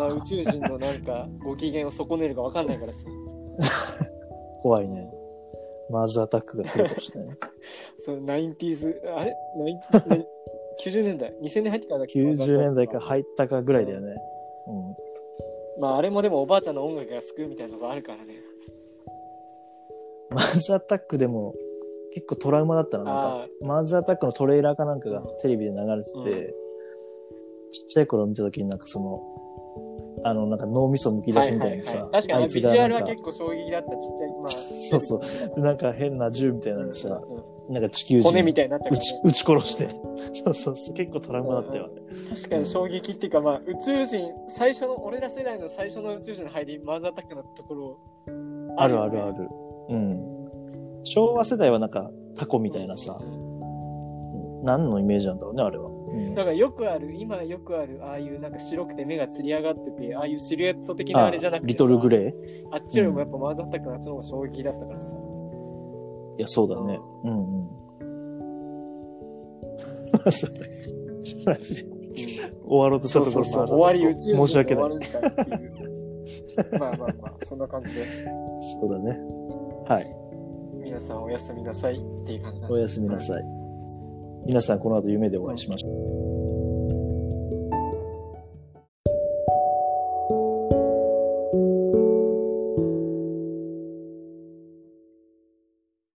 B: あ、宇宙人のなんかご機嫌を損ねるかわかんないからさ。
A: 怖いね。マーズアタックが来るかもしれない。
B: その 90s、あれ
A: (laughs)
B: 90, 90年代 ?2000 年入ってからだっけ
A: 90年代か入ったかぐらいだよね。うん。
B: まああれもでもおばあちゃんの音楽が救うみたいなとこあるからね。
A: マーズアタックでも結構トラウマだったな。なん
B: あ
A: か、マーズアタックのトレーラーかなんかがテレビで流れてて、
B: う
A: ちっちゃい頃見た時になんかその、あの、なんか脳みそむき出しみたいなさ、
B: はいはいはい、
A: あい
B: 確
A: つ
B: かに
A: が
B: あのビジュア
A: な
B: ルは
A: んか、
B: 結構衝撃だったちっちゃい、まあ、
A: そうそうなんか変な銃みたいなのでさ、
B: う
A: なんか地球
B: ん骨
A: 人
B: みたいになったか
A: 撃ち
B: ら、
A: 撃ち殺して。 (laughs) そうそうそう、結構トラウマだったよ、ね
B: ね、確かに衝撃っていうかまあ宇宙人最初の俺ら世代の最初の宇宙人の入りマザータックのところ
A: あるあるあ
B: る
A: る。うん。昭和世代はなんかタコみたいなさ
B: う、ん
A: 何のイメージなんだろうね、あれは。
B: だからよくある今よくあるああいうなんか白くて目がつり上がっててああいうシルエット的なあれじゃなくて
A: リトルグ
B: ー
A: レー
B: あっちよりもやっぱマザータックのあっちの方が衝撃だったからさ
A: いや、そうだね。うんうん。そうだ (laughs) ねマジで終わろうとした
B: そ
A: と
B: う
A: ころ
B: そうそう
A: まだ
B: 終わり宇宙人
A: 申し訳ない。
B: で終わるんかっていうまあまあまあそんな感じで
A: そうだね。はい。
B: 皆さんおやすみなさいっていう感じなんで
A: おやすみなさい。皆さん、この後夢でお会いしましょう。